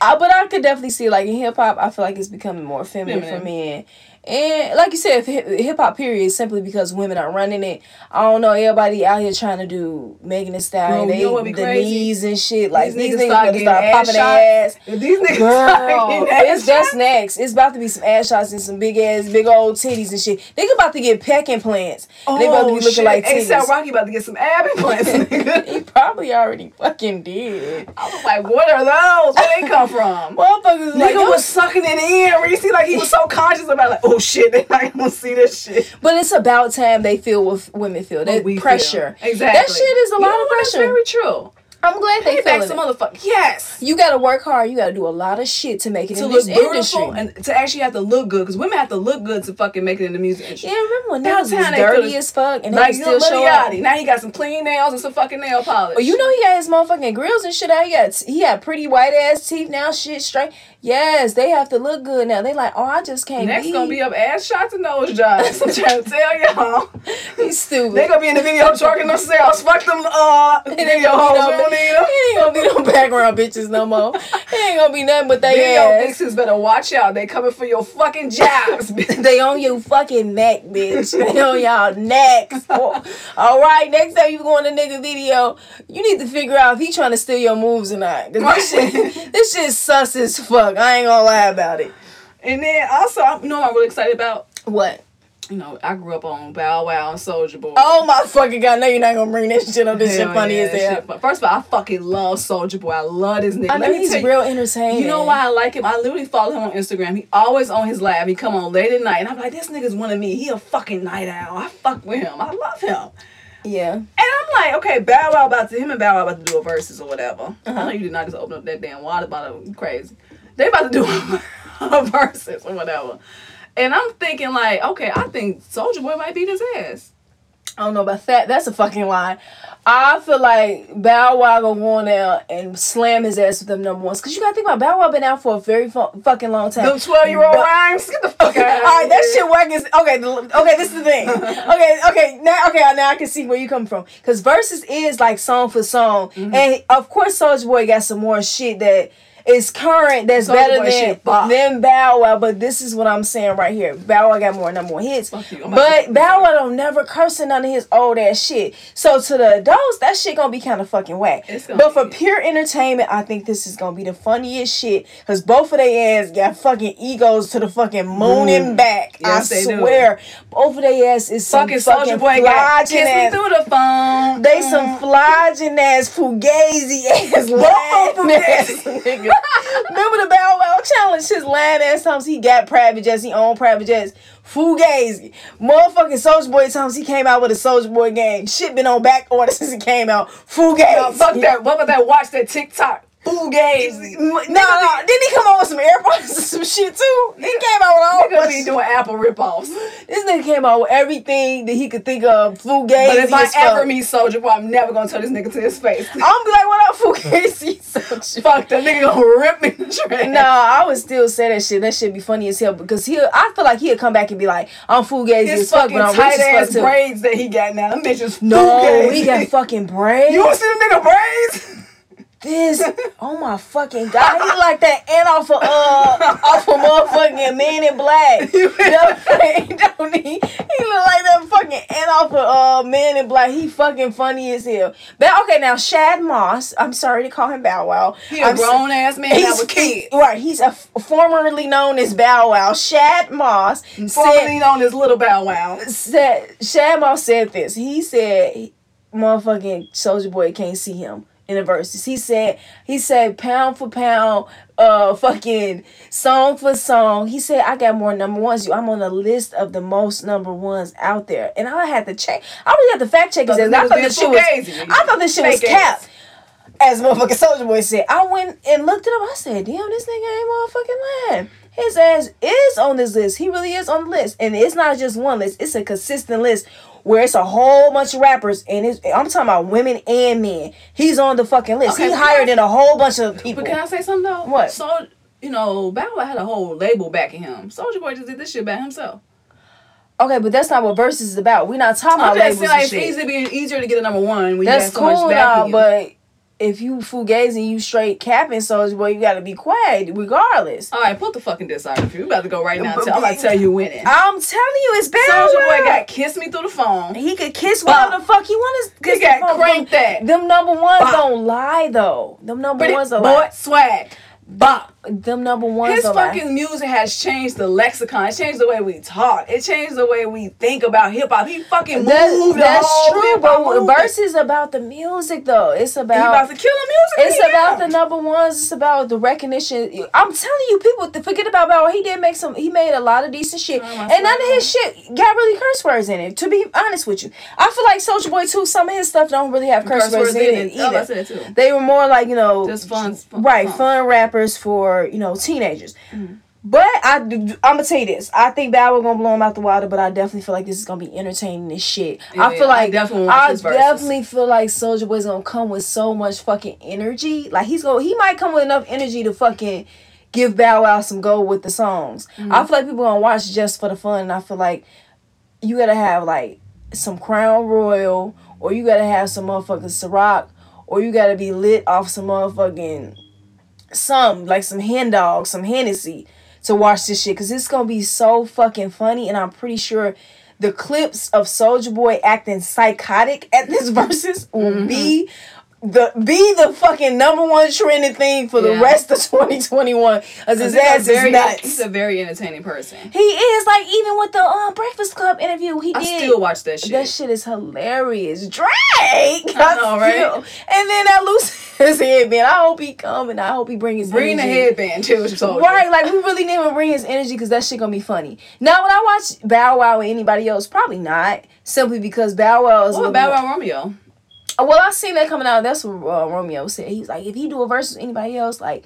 [SPEAKER 1] I, but I could definitely see, like in hip hop, I feel like it's becoming more feminine, for
[SPEAKER 2] Feminine.
[SPEAKER 1] men. And like you said, hip hop period simply because women are running it. I don't know. Everybody out here trying to do Megan Thee Stallion,
[SPEAKER 2] Bro, you know
[SPEAKER 1] they,
[SPEAKER 2] what be
[SPEAKER 1] the
[SPEAKER 2] crazy?
[SPEAKER 1] knees and shit. Like these, niggas,
[SPEAKER 2] start
[SPEAKER 1] gonna
[SPEAKER 2] getting
[SPEAKER 1] start popping their ass.
[SPEAKER 2] shots. If These niggas <laughs> start
[SPEAKER 1] Girl,
[SPEAKER 2] getting ass
[SPEAKER 1] it's just
[SPEAKER 2] shots,
[SPEAKER 1] next. It's about to be some ass shots and some big ass, big old titties and shit. They about to get peck implants. and they about to be
[SPEAKER 2] Oh,
[SPEAKER 1] looking
[SPEAKER 2] shit.
[SPEAKER 1] like
[SPEAKER 2] ASAP
[SPEAKER 1] titties.
[SPEAKER 2] Rocky about to get some ab <laughs>
[SPEAKER 1] <laughs>
[SPEAKER 2] implants,
[SPEAKER 1] he
[SPEAKER 2] nigga.
[SPEAKER 1] probably already fucking did.
[SPEAKER 2] I was like, what are those? Where they come from?
[SPEAKER 1] Motherfuckers like,
[SPEAKER 2] Nigga was sucking it in, Reese. Like he was so conscious about, like, oh shit, <laughs> they not gonna see this shit.
[SPEAKER 1] but it's about time they feel what women feel. That
[SPEAKER 2] What we
[SPEAKER 1] pressure.
[SPEAKER 2] feel. Exactly.
[SPEAKER 1] That shit is a
[SPEAKER 2] You
[SPEAKER 1] lot
[SPEAKER 2] know
[SPEAKER 1] of
[SPEAKER 2] what? That's
[SPEAKER 1] pressure.
[SPEAKER 2] very true.
[SPEAKER 1] I'm glad they
[SPEAKER 2] Pay back
[SPEAKER 1] feel
[SPEAKER 2] some
[SPEAKER 1] it.
[SPEAKER 2] motherfucker. Yes.
[SPEAKER 1] You gotta work hard. You gotta do a lot of shit to make it
[SPEAKER 2] To
[SPEAKER 1] in
[SPEAKER 2] look
[SPEAKER 1] this
[SPEAKER 2] beautiful
[SPEAKER 1] industry.
[SPEAKER 2] and to actually have to look good, because women have to look good to fucking make it in the music industry.
[SPEAKER 1] yeah, remember when
[SPEAKER 2] Now
[SPEAKER 1] that was
[SPEAKER 2] time they
[SPEAKER 1] dirty
[SPEAKER 2] feel-
[SPEAKER 1] as fuck and
[SPEAKER 2] Like
[SPEAKER 1] they
[SPEAKER 2] you
[SPEAKER 1] still
[SPEAKER 2] know,
[SPEAKER 1] show
[SPEAKER 2] Lil
[SPEAKER 1] up.
[SPEAKER 2] Yachty. Now he got some clean nails and some fucking nail polish.
[SPEAKER 1] But Oh, you know he got his motherfucking grills and shit out. He got he had pretty white ass teeth now. Shit straight. Yes, they have to look good now. They like, oh, I just can't.
[SPEAKER 2] next
[SPEAKER 1] be.
[SPEAKER 2] gonna be up ass shots and nose <laughs> jobs. I'm trying to tell y'all.
[SPEAKER 1] He's <laughs> stupid.
[SPEAKER 2] <laughs> They gonna be in the video twerking themselves. Fuck them uh video hoes.
[SPEAKER 1] They don't <laughs> gonna need them. He ain't gonna be no background bitches no more. He ain't gonna be nothing but they
[SPEAKER 2] Video
[SPEAKER 1] ass.
[SPEAKER 2] fixers better watch out. They coming for your fucking <laughs> jobs. bitch.
[SPEAKER 1] They on your fucking neck, bitch. They on y'all
[SPEAKER 2] <laughs>
[SPEAKER 1] necks. Oh, All right, next time you go on a nigga video, you need to figure out if he trying to steal your moves or not. 'Cause this shit, this shit sus as fuck. I ain't gonna lie about it.
[SPEAKER 2] and then also, I- you know what I'm really excited about?
[SPEAKER 1] What?
[SPEAKER 2] You know, I grew up on Bow Wow and Soldier Boy.
[SPEAKER 1] Oh my fucking god! No, you're not gonna bring this shit up. This shit
[SPEAKER 2] Hell
[SPEAKER 1] funny
[SPEAKER 2] yeah,
[SPEAKER 1] as
[SPEAKER 2] that
[SPEAKER 1] hell.
[SPEAKER 2] shit fun- First of all, I fucking love Soldier Boy. I love this nigga.
[SPEAKER 1] I
[SPEAKER 2] Let
[SPEAKER 1] know
[SPEAKER 2] me
[SPEAKER 1] he's
[SPEAKER 2] tell you-
[SPEAKER 1] real entertaining.
[SPEAKER 2] You know why I like him? I literally follow him on Instagram. He always on his live. He come on late at night, and I'm like, this nigga's one of me. He a fucking night owl. I fuck with him. I love him.
[SPEAKER 1] Yeah.
[SPEAKER 2] And I'm like, okay, Bow Wow about to him and Bow Wow about to do a verses or whatever.
[SPEAKER 1] Uh-huh.
[SPEAKER 2] I know you did not just open up that damn water bottle. You Crazy. They about to do <laughs> a, verses or whatever. And I'm thinking like, okay, I think Soldier Boy might beat his ass.
[SPEAKER 1] I don't know about that. That's a fucking lie. I feel like Bow Wow gonna go on there and slam his ass with them number ones. Cause you gotta think about Bow Wow been out for a very fu- fucking long time.
[SPEAKER 2] Them twelve year old
[SPEAKER 1] But-
[SPEAKER 2] rhymes. Get the fuck
[SPEAKER 1] Okay,
[SPEAKER 2] out.
[SPEAKER 1] all right, that shit whack is okay. the- Okay, this is the
[SPEAKER 2] <laughs>
[SPEAKER 1] thing. Okay, okay, now okay, now I can see where you come from. Cause verses is like song for song,
[SPEAKER 2] Mm-hmm.
[SPEAKER 1] and of course Soulja Boy got some more shit that is current that's
[SPEAKER 2] Soulja
[SPEAKER 1] better
[SPEAKER 2] Boy
[SPEAKER 1] than
[SPEAKER 2] shit bop.
[SPEAKER 1] than Bow Wow. But this is what I'm saying right here. Bow Wow got more number one hits,
[SPEAKER 2] Fuck you, I'm about
[SPEAKER 1] but
[SPEAKER 2] to-
[SPEAKER 1] Bow Wow don't never curse in none of his old ass shit. So to the adults, that shit gonna be kind of fucking whack.
[SPEAKER 2] It's gonna
[SPEAKER 1] But for
[SPEAKER 2] be.
[SPEAKER 1] pure entertainment, I think this is gonna be the funniest shit because both of their ass got fucking egos to the fucking moon and back.
[SPEAKER 2] Mm. Yes,
[SPEAKER 1] I
[SPEAKER 2] they do.
[SPEAKER 1] swear, both of their ass is some
[SPEAKER 2] Fucking
[SPEAKER 1] fucking,
[SPEAKER 2] Soldier Boy got
[SPEAKER 1] flodging
[SPEAKER 2] kiss me
[SPEAKER 1] ass.
[SPEAKER 2] through the phone.
[SPEAKER 1] They some flodging ass fugazi ass
[SPEAKER 2] Both of
[SPEAKER 1] lying
[SPEAKER 2] them.
[SPEAKER 1] ass nigga.
[SPEAKER 2] <laughs>
[SPEAKER 1] <laughs> Remember the Bow Wow challenge? His lying ass times he got private jets, he owned private jets. Fugazi, motherfucking Soldier Boy times he came out with a Soldier Boy game. Shit been on back order <laughs> since he came out. Fugazi.
[SPEAKER 2] Yo, fuck that. What about that? Watch that TikTok. Fool games.
[SPEAKER 1] M- No, no. Didn't he come out with some AirPods and some shit too? He came out with all
[SPEAKER 2] Nigga be
[SPEAKER 1] bunch-
[SPEAKER 2] doing Apple ripoffs.
[SPEAKER 1] This nigga came out with everything that he could think of. Flu
[SPEAKER 2] But
[SPEAKER 1] games.
[SPEAKER 2] if I ever meet Soldier Boy, I'm never gonna tell this nigga to his face.
[SPEAKER 1] I'm gonna be like, what up, Flu Gacy? <laughs> So shit.
[SPEAKER 2] <laughs> Fuck that nigga gonna rip me to shreds.
[SPEAKER 1] No, I would still say that shit. That shit be funny as hell because he'll. I feel like he'll come back and be like, "I'm Flu Gazy
[SPEAKER 2] His
[SPEAKER 1] as fuck,
[SPEAKER 2] fucking
[SPEAKER 1] but I'm
[SPEAKER 2] tight
[SPEAKER 1] rich
[SPEAKER 2] ass
[SPEAKER 1] as fuck too."
[SPEAKER 2] braids that he got now. Them bitches
[SPEAKER 1] No,
[SPEAKER 2] fool
[SPEAKER 1] we
[SPEAKER 2] games. <laughs>
[SPEAKER 1] got fucking braids.
[SPEAKER 2] You wanna see the nigga braids? <laughs>
[SPEAKER 1] this. Oh my fucking god, he like that ant off of uh off of motherfucking Man in
[SPEAKER 2] <laughs>
[SPEAKER 1] Black. You know what I'm saying? Don't he? He look like that fucking ant off of uh Man in Black. He fucking funny as hell. But okay, now Shad Moss. I'm sorry to call him Bow Wow.
[SPEAKER 2] He a
[SPEAKER 1] I'm so-
[SPEAKER 2] grown ass man now with kids.
[SPEAKER 1] right. He's a f- formerly known as Bow Wow. Shad Moss said
[SPEAKER 2] Formerly known as Little Bow Wow.
[SPEAKER 1] said Shad Moss said this. He said motherfucking Soldier Boy can't see him in the verses. He said he said pound for pound, uh fucking song for song. He said I got more number ones. You I'm on the list of the most number ones out there. And I had to check I really had to fact check this.
[SPEAKER 2] Thought
[SPEAKER 1] and I
[SPEAKER 2] this
[SPEAKER 1] thought
[SPEAKER 2] nigga
[SPEAKER 1] this shit was
[SPEAKER 2] was being fugazi.
[SPEAKER 1] I thought this shit was
[SPEAKER 2] Fake ass.
[SPEAKER 1] cap. As motherfucking Soldier Boy said, I went and looked it up. I said, damn, this nigga ain't motherfucking lying. His ass is on this list. He really is on the list. And it's not just one list, it's a consistent list where it's a whole bunch of rappers. And it's, I'm talking about women and men. He's on the fucking list.
[SPEAKER 2] Okay,
[SPEAKER 1] he
[SPEAKER 2] but-
[SPEAKER 1] higher than a whole bunch of people.
[SPEAKER 2] But can I say something though?
[SPEAKER 1] What?
[SPEAKER 2] So you know, Bow Wow had a whole label backing him. Soldier Boy just did this shit by himself.
[SPEAKER 1] okay, but that's not what Versus is about. We're not talking
[SPEAKER 2] I'm
[SPEAKER 1] about labels
[SPEAKER 2] just saying
[SPEAKER 1] and
[SPEAKER 2] like, it's
[SPEAKER 1] shit.
[SPEAKER 2] easy being easier to get a number one when
[SPEAKER 1] That's
[SPEAKER 2] you got so
[SPEAKER 1] cool
[SPEAKER 2] much backing.
[SPEAKER 1] now,
[SPEAKER 2] you.
[SPEAKER 1] but if you fugazi, you straight capping Soldier Boy, you gotta be quiet regardless.
[SPEAKER 2] All right, put the fucking diss out of you. We about to go right now. and tell- I'm about to tell you when it.
[SPEAKER 1] I'm telling you, it's bad.
[SPEAKER 2] Soldier Boy got kiss me through the phone.
[SPEAKER 1] He could kiss whatever the fuck he want to kiss.
[SPEAKER 2] He got
[SPEAKER 1] the fuck.
[SPEAKER 2] cranked that.
[SPEAKER 1] Them number ones
[SPEAKER 2] Bop.
[SPEAKER 1] don't lie though. Them number
[SPEAKER 2] Pretty
[SPEAKER 1] ones
[SPEAKER 2] boy
[SPEAKER 1] are lie.
[SPEAKER 2] swag. Bop.
[SPEAKER 1] Them number ones
[SPEAKER 2] His
[SPEAKER 1] are
[SPEAKER 2] fucking
[SPEAKER 1] lie.
[SPEAKER 2] music has changed the lexicon. It changed the way we talk. It changed the way we think about hip hop. He fucking
[SPEAKER 1] That,
[SPEAKER 2] moved the
[SPEAKER 1] that's
[SPEAKER 2] whole
[SPEAKER 1] true,
[SPEAKER 2] hip-hop
[SPEAKER 1] but
[SPEAKER 2] movement.
[SPEAKER 1] verse is about the music though. It's
[SPEAKER 2] He about
[SPEAKER 1] about.
[SPEAKER 2] to kill the music.
[SPEAKER 1] It's
[SPEAKER 2] again.
[SPEAKER 1] about the number ones. It's about the recognition. I'm telling you, people th- forget about Bow. Wow. He did make some. He made a lot of decent shit,
[SPEAKER 2] Oh, my
[SPEAKER 1] and none of
[SPEAKER 2] God.
[SPEAKER 1] his shit got really curse words in it. To be honest with you, I feel like Soulja Boy too. Some of his stuff don't really have curse, words, in it
[SPEAKER 2] Oh, I
[SPEAKER 1] either.
[SPEAKER 2] said too.
[SPEAKER 1] They were more like you know,
[SPEAKER 2] Just fun- fun
[SPEAKER 1] right?
[SPEAKER 2] songs.
[SPEAKER 1] Fun Mm. rappers for you know teenagers. But I, I'm gonna tell you this. I think Bow Wow gonna blow him out the water, but I definitely feel like this is gonna be entertaining as shit. I
[SPEAKER 2] Yeah,
[SPEAKER 1] feel
[SPEAKER 2] I
[SPEAKER 1] like
[SPEAKER 2] definitely want
[SPEAKER 1] I
[SPEAKER 2] his verses.
[SPEAKER 1] definitely feel like Soldier Boy's gonna come with so much fucking energy. Like he's gonna he might come with enough energy to fucking give Bow Wow some gold with the songs.
[SPEAKER 2] Mm-hmm.
[SPEAKER 1] I feel like people gonna watch just for the fun. And I feel like you gotta have like some Crown Royal or you gotta have some motherfucking Ciroc or you gotta be lit off some motherfucking some like some hen dog, some Hennessy to watch this shit because it's gonna be so fucking funny, and I'm pretty sure the clips of Soldier Boy acting psychotic at this <laughs> versus will
[SPEAKER 2] Mm-hmm.
[SPEAKER 1] be the be the fucking number one trending thing for the
[SPEAKER 2] Yeah.
[SPEAKER 1] rest of <laughs> 2021 because his
[SPEAKER 2] He's a
[SPEAKER 1] ass
[SPEAKER 2] very-
[SPEAKER 1] is nuts.
[SPEAKER 2] He's a very entertaining person.
[SPEAKER 1] He is like even with the um, Breakfast Club interview, he
[SPEAKER 2] I
[SPEAKER 1] did.
[SPEAKER 2] still watch that shit.
[SPEAKER 1] That shit is hilarious. Drake! I
[SPEAKER 2] know, right?
[SPEAKER 1] still- And then that loose <laughs> his headband. I hope he come and I hope he bring his
[SPEAKER 2] Bring the
[SPEAKER 1] energy.
[SPEAKER 2] headband too. which is all
[SPEAKER 1] Right, like we really need to bring his energy because that shit gonna be funny. Now, when I watch Bow Wow with anybody else, probably not. Simply because Bow Wow is
[SPEAKER 2] good.
[SPEAKER 1] a
[SPEAKER 2] What
[SPEAKER 1] little
[SPEAKER 2] about Bow Wow Romeo?
[SPEAKER 1] Uh, well, I seen that coming out. That's what uh, Romeo said. He's like, if he do a verse with anybody else, like,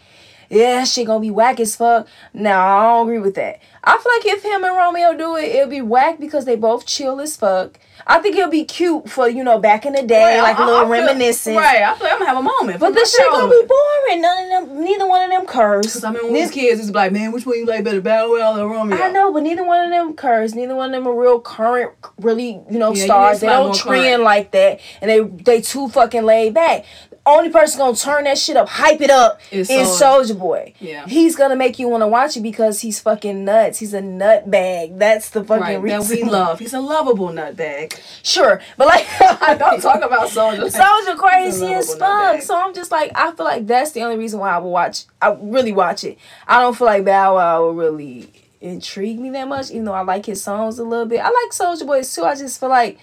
[SPEAKER 1] yeah, that shit gonna be whack as fuck. No, I don't agree with that. I feel like if him and Romeo do it, it'll be whack because they both chill as fuck. I think it'll be cute for you know back in the day,
[SPEAKER 2] Right,
[SPEAKER 1] like
[SPEAKER 2] I-
[SPEAKER 1] a
[SPEAKER 2] I-
[SPEAKER 1] little
[SPEAKER 2] I feel-
[SPEAKER 1] reminiscence.
[SPEAKER 2] Right, I feel like I'm gonna have a moment.
[SPEAKER 1] But this shit gonna be boring. None of them, neither one of them curves.
[SPEAKER 2] Because I mean, when
[SPEAKER 1] Neith-
[SPEAKER 2] these kids is like, man, which one you like better, Bow Wow or Romeo?
[SPEAKER 1] I know, but neither one of them curves. Neither one of them are real current, really, you know,
[SPEAKER 2] Yeah, you need
[SPEAKER 1] stars. They
[SPEAKER 2] somebody
[SPEAKER 1] don't
[SPEAKER 2] more
[SPEAKER 1] trend
[SPEAKER 2] current.
[SPEAKER 1] like that, and they they too fucking laid back. Only person gonna turn that shit up, hype it up,
[SPEAKER 2] Is
[SPEAKER 1] is
[SPEAKER 2] Soulja.
[SPEAKER 1] Soldier Boy.
[SPEAKER 2] Yeah.
[SPEAKER 1] he's gonna make you want to watch it because he's fucking nuts. He's a nut bag. That's the fucking
[SPEAKER 2] Right,
[SPEAKER 1] reason.
[SPEAKER 2] that we love. He's a lovable nutbag.
[SPEAKER 1] <laughs>
[SPEAKER 2] <laughs>
[SPEAKER 1] Sure, but like <laughs>
[SPEAKER 2] I don't talk about Soldier.
[SPEAKER 1] Soldier crazy
[SPEAKER 2] He's a
[SPEAKER 1] as
[SPEAKER 2] lovable nutbag.
[SPEAKER 1] fuck. So I'm just like, I feel like that's the only reason why I would watch. I really watch it. I don't feel like Bow Wow would really intrigue me that much, even though I like his songs a little bit. I like Soldier Boys too. I just feel like,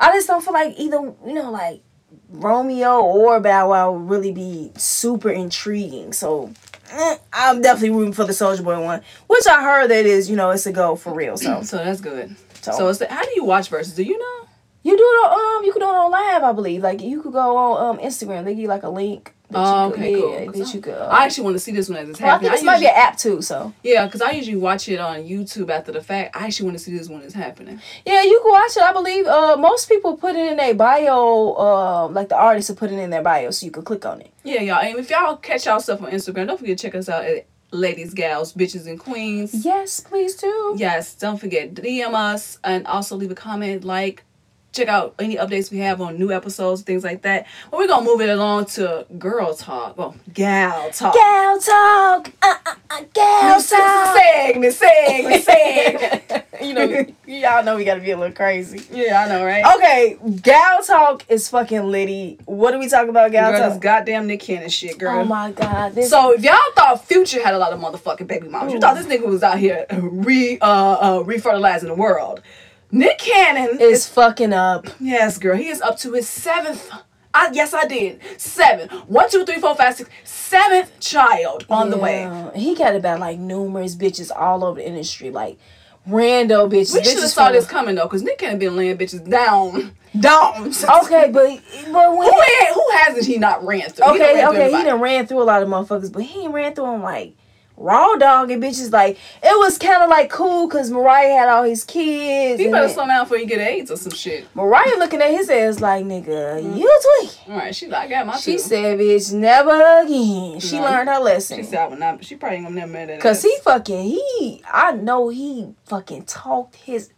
[SPEAKER 1] I just don't feel like either, you know, like Romeo or Bow Wow would really be super intriguing. So. eh, I'm definitely rooting for the Soldier Boy one, which I heard that is, you know, it's a go for real. So
[SPEAKER 2] So that's good.
[SPEAKER 1] So-
[SPEAKER 2] So, it's the, how do you watch versus? Do you know?
[SPEAKER 1] You do it on um you can do it on live, I believe. Like you could go on um Instagram, they give you like a link. that
[SPEAKER 2] Oh,
[SPEAKER 1] you could-
[SPEAKER 2] okay,
[SPEAKER 1] yeah,
[SPEAKER 2] cool.
[SPEAKER 1] That you could. uh,
[SPEAKER 2] I actually want to see this one as it's
[SPEAKER 1] well, I
[SPEAKER 2] happening.
[SPEAKER 1] think this might be
[SPEAKER 2] usually,
[SPEAKER 1] an app too. So
[SPEAKER 2] yeah, because I usually watch it on YouTube after the fact. I actually want to see this one is happening.
[SPEAKER 1] yeah, you can watch it. I believe uh most people put it in their bio. Uh, like the artists will put it in their bio, so you can click on it.
[SPEAKER 2] Yeah, y'all. And if y'all catch y'all stuff on Instagram, don't forget to check us out at Ladies, Gals, Bitches, and Queens.
[SPEAKER 1] Yes, please do.
[SPEAKER 2] Yes, don't forget DM us and also leave a comment, like, check out any updates we have on new episodes, things like that. But we're gonna move it along to girl talk. Well, gal talk.
[SPEAKER 1] Gal talk, uh, uh, uh, gal talk. <laughs>
[SPEAKER 2] segment, segment, segment.
[SPEAKER 1] you know, y'all know we gotta be a little crazy.
[SPEAKER 2] yeah, I know, right?
[SPEAKER 1] Okay, gal talk is fuking litty. What do we talk about, gal
[SPEAKER 2] girl, this
[SPEAKER 1] talk?
[SPEAKER 2] goddamn Nick Cannon shit, girl.
[SPEAKER 1] Oh my god, this
[SPEAKER 2] so if y'all thought Future had a lot of motherfucking baby moms, you thought this nigga was out here re uh, uh refertilizing the world. Nick Cannon is
[SPEAKER 1] is fucking up.
[SPEAKER 2] Yes, girl. He is up to his seventh. I, yes, I did. Seven. One, two, three, four, five, six. Seventh child on the way.
[SPEAKER 1] Yeah, He got about like numerous bitches all over the industry, like rando bitches.
[SPEAKER 2] We
[SPEAKER 1] bitches
[SPEAKER 2] should have saw
[SPEAKER 1] from-
[SPEAKER 2] this coming though, because Nick can't been laying bitches down, down.
[SPEAKER 1] Okay, but but when
[SPEAKER 2] Who, had- who hasn't he not ran through? He done
[SPEAKER 1] okay
[SPEAKER 2] ran through
[SPEAKER 1] okay he
[SPEAKER 2] everybody.
[SPEAKER 1] done ran through a lot of motherfuckers, but he ain't ran through them like raw dog and bitches. Like it was kind of like cool because Mariah had all his kids.
[SPEAKER 2] He
[SPEAKER 1] and
[SPEAKER 2] better
[SPEAKER 1] then-
[SPEAKER 2] slow down before you get AIDS or some shit.
[SPEAKER 1] Mariah looking at his ass like nigga, you tweak.
[SPEAKER 2] All right, Mm-hmm. she like, I got my.
[SPEAKER 1] She
[SPEAKER 2] two.
[SPEAKER 1] said, "Bitch, never again." She
[SPEAKER 2] No.
[SPEAKER 1] learned her lesson.
[SPEAKER 2] She said, I would not. She probably ain't gonna never marry that.
[SPEAKER 1] Cause
[SPEAKER 2] ass.
[SPEAKER 1] he fucking he I know he fucking talked his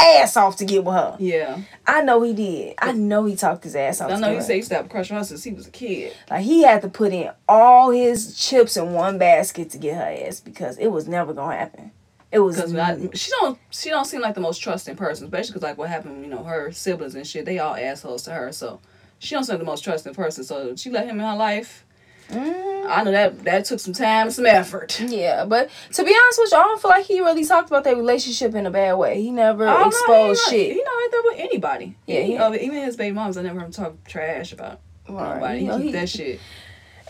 [SPEAKER 1] ass off to get with her.
[SPEAKER 2] Yeah,
[SPEAKER 1] I know he did. I know he talked his ass off
[SPEAKER 2] I
[SPEAKER 1] to
[SPEAKER 2] know
[SPEAKER 1] get
[SPEAKER 2] you
[SPEAKER 1] with
[SPEAKER 2] say
[SPEAKER 1] her.
[SPEAKER 2] he stopped crushing her since he was a kid.
[SPEAKER 1] Like he had to put in all his chips in one basket to get her ass because it was never gonna happen. It was
[SPEAKER 2] Cause I, she don't she don't seem like the most trusting person, especially because like what happened, you know, her siblings and shit, they all assholes to her. So she don't seem like the most trusting person. So she let him in her life.
[SPEAKER 1] Mm,
[SPEAKER 2] I know that that took some time, and some effort. <laughs>
[SPEAKER 1] yeah, but to be honest with you, I don't feel like he really talked about their relationship in a bad way. He never
[SPEAKER 2] I don't know,
[SPEAKER 1] exposed
[SPEAKER 2] Oh, he not-
[SPEAKER 1] shit.
[SPEAKER 2] He not right there with anybody.
[SPEAKER 1] Yeah,
[SPEAKER 2] Yeah,
[SPEAKER 1] he-
[SPEAKER 2] even his baby moms, I never heard him talk trash about
[SPEAKER 1] Right,
[SPEAKER 2] nobody.
[SPEAKER 1] you know,
[SPEAKER 2] he
[SPEAKER 1] he-
[SPEAKER 2] keep that shit.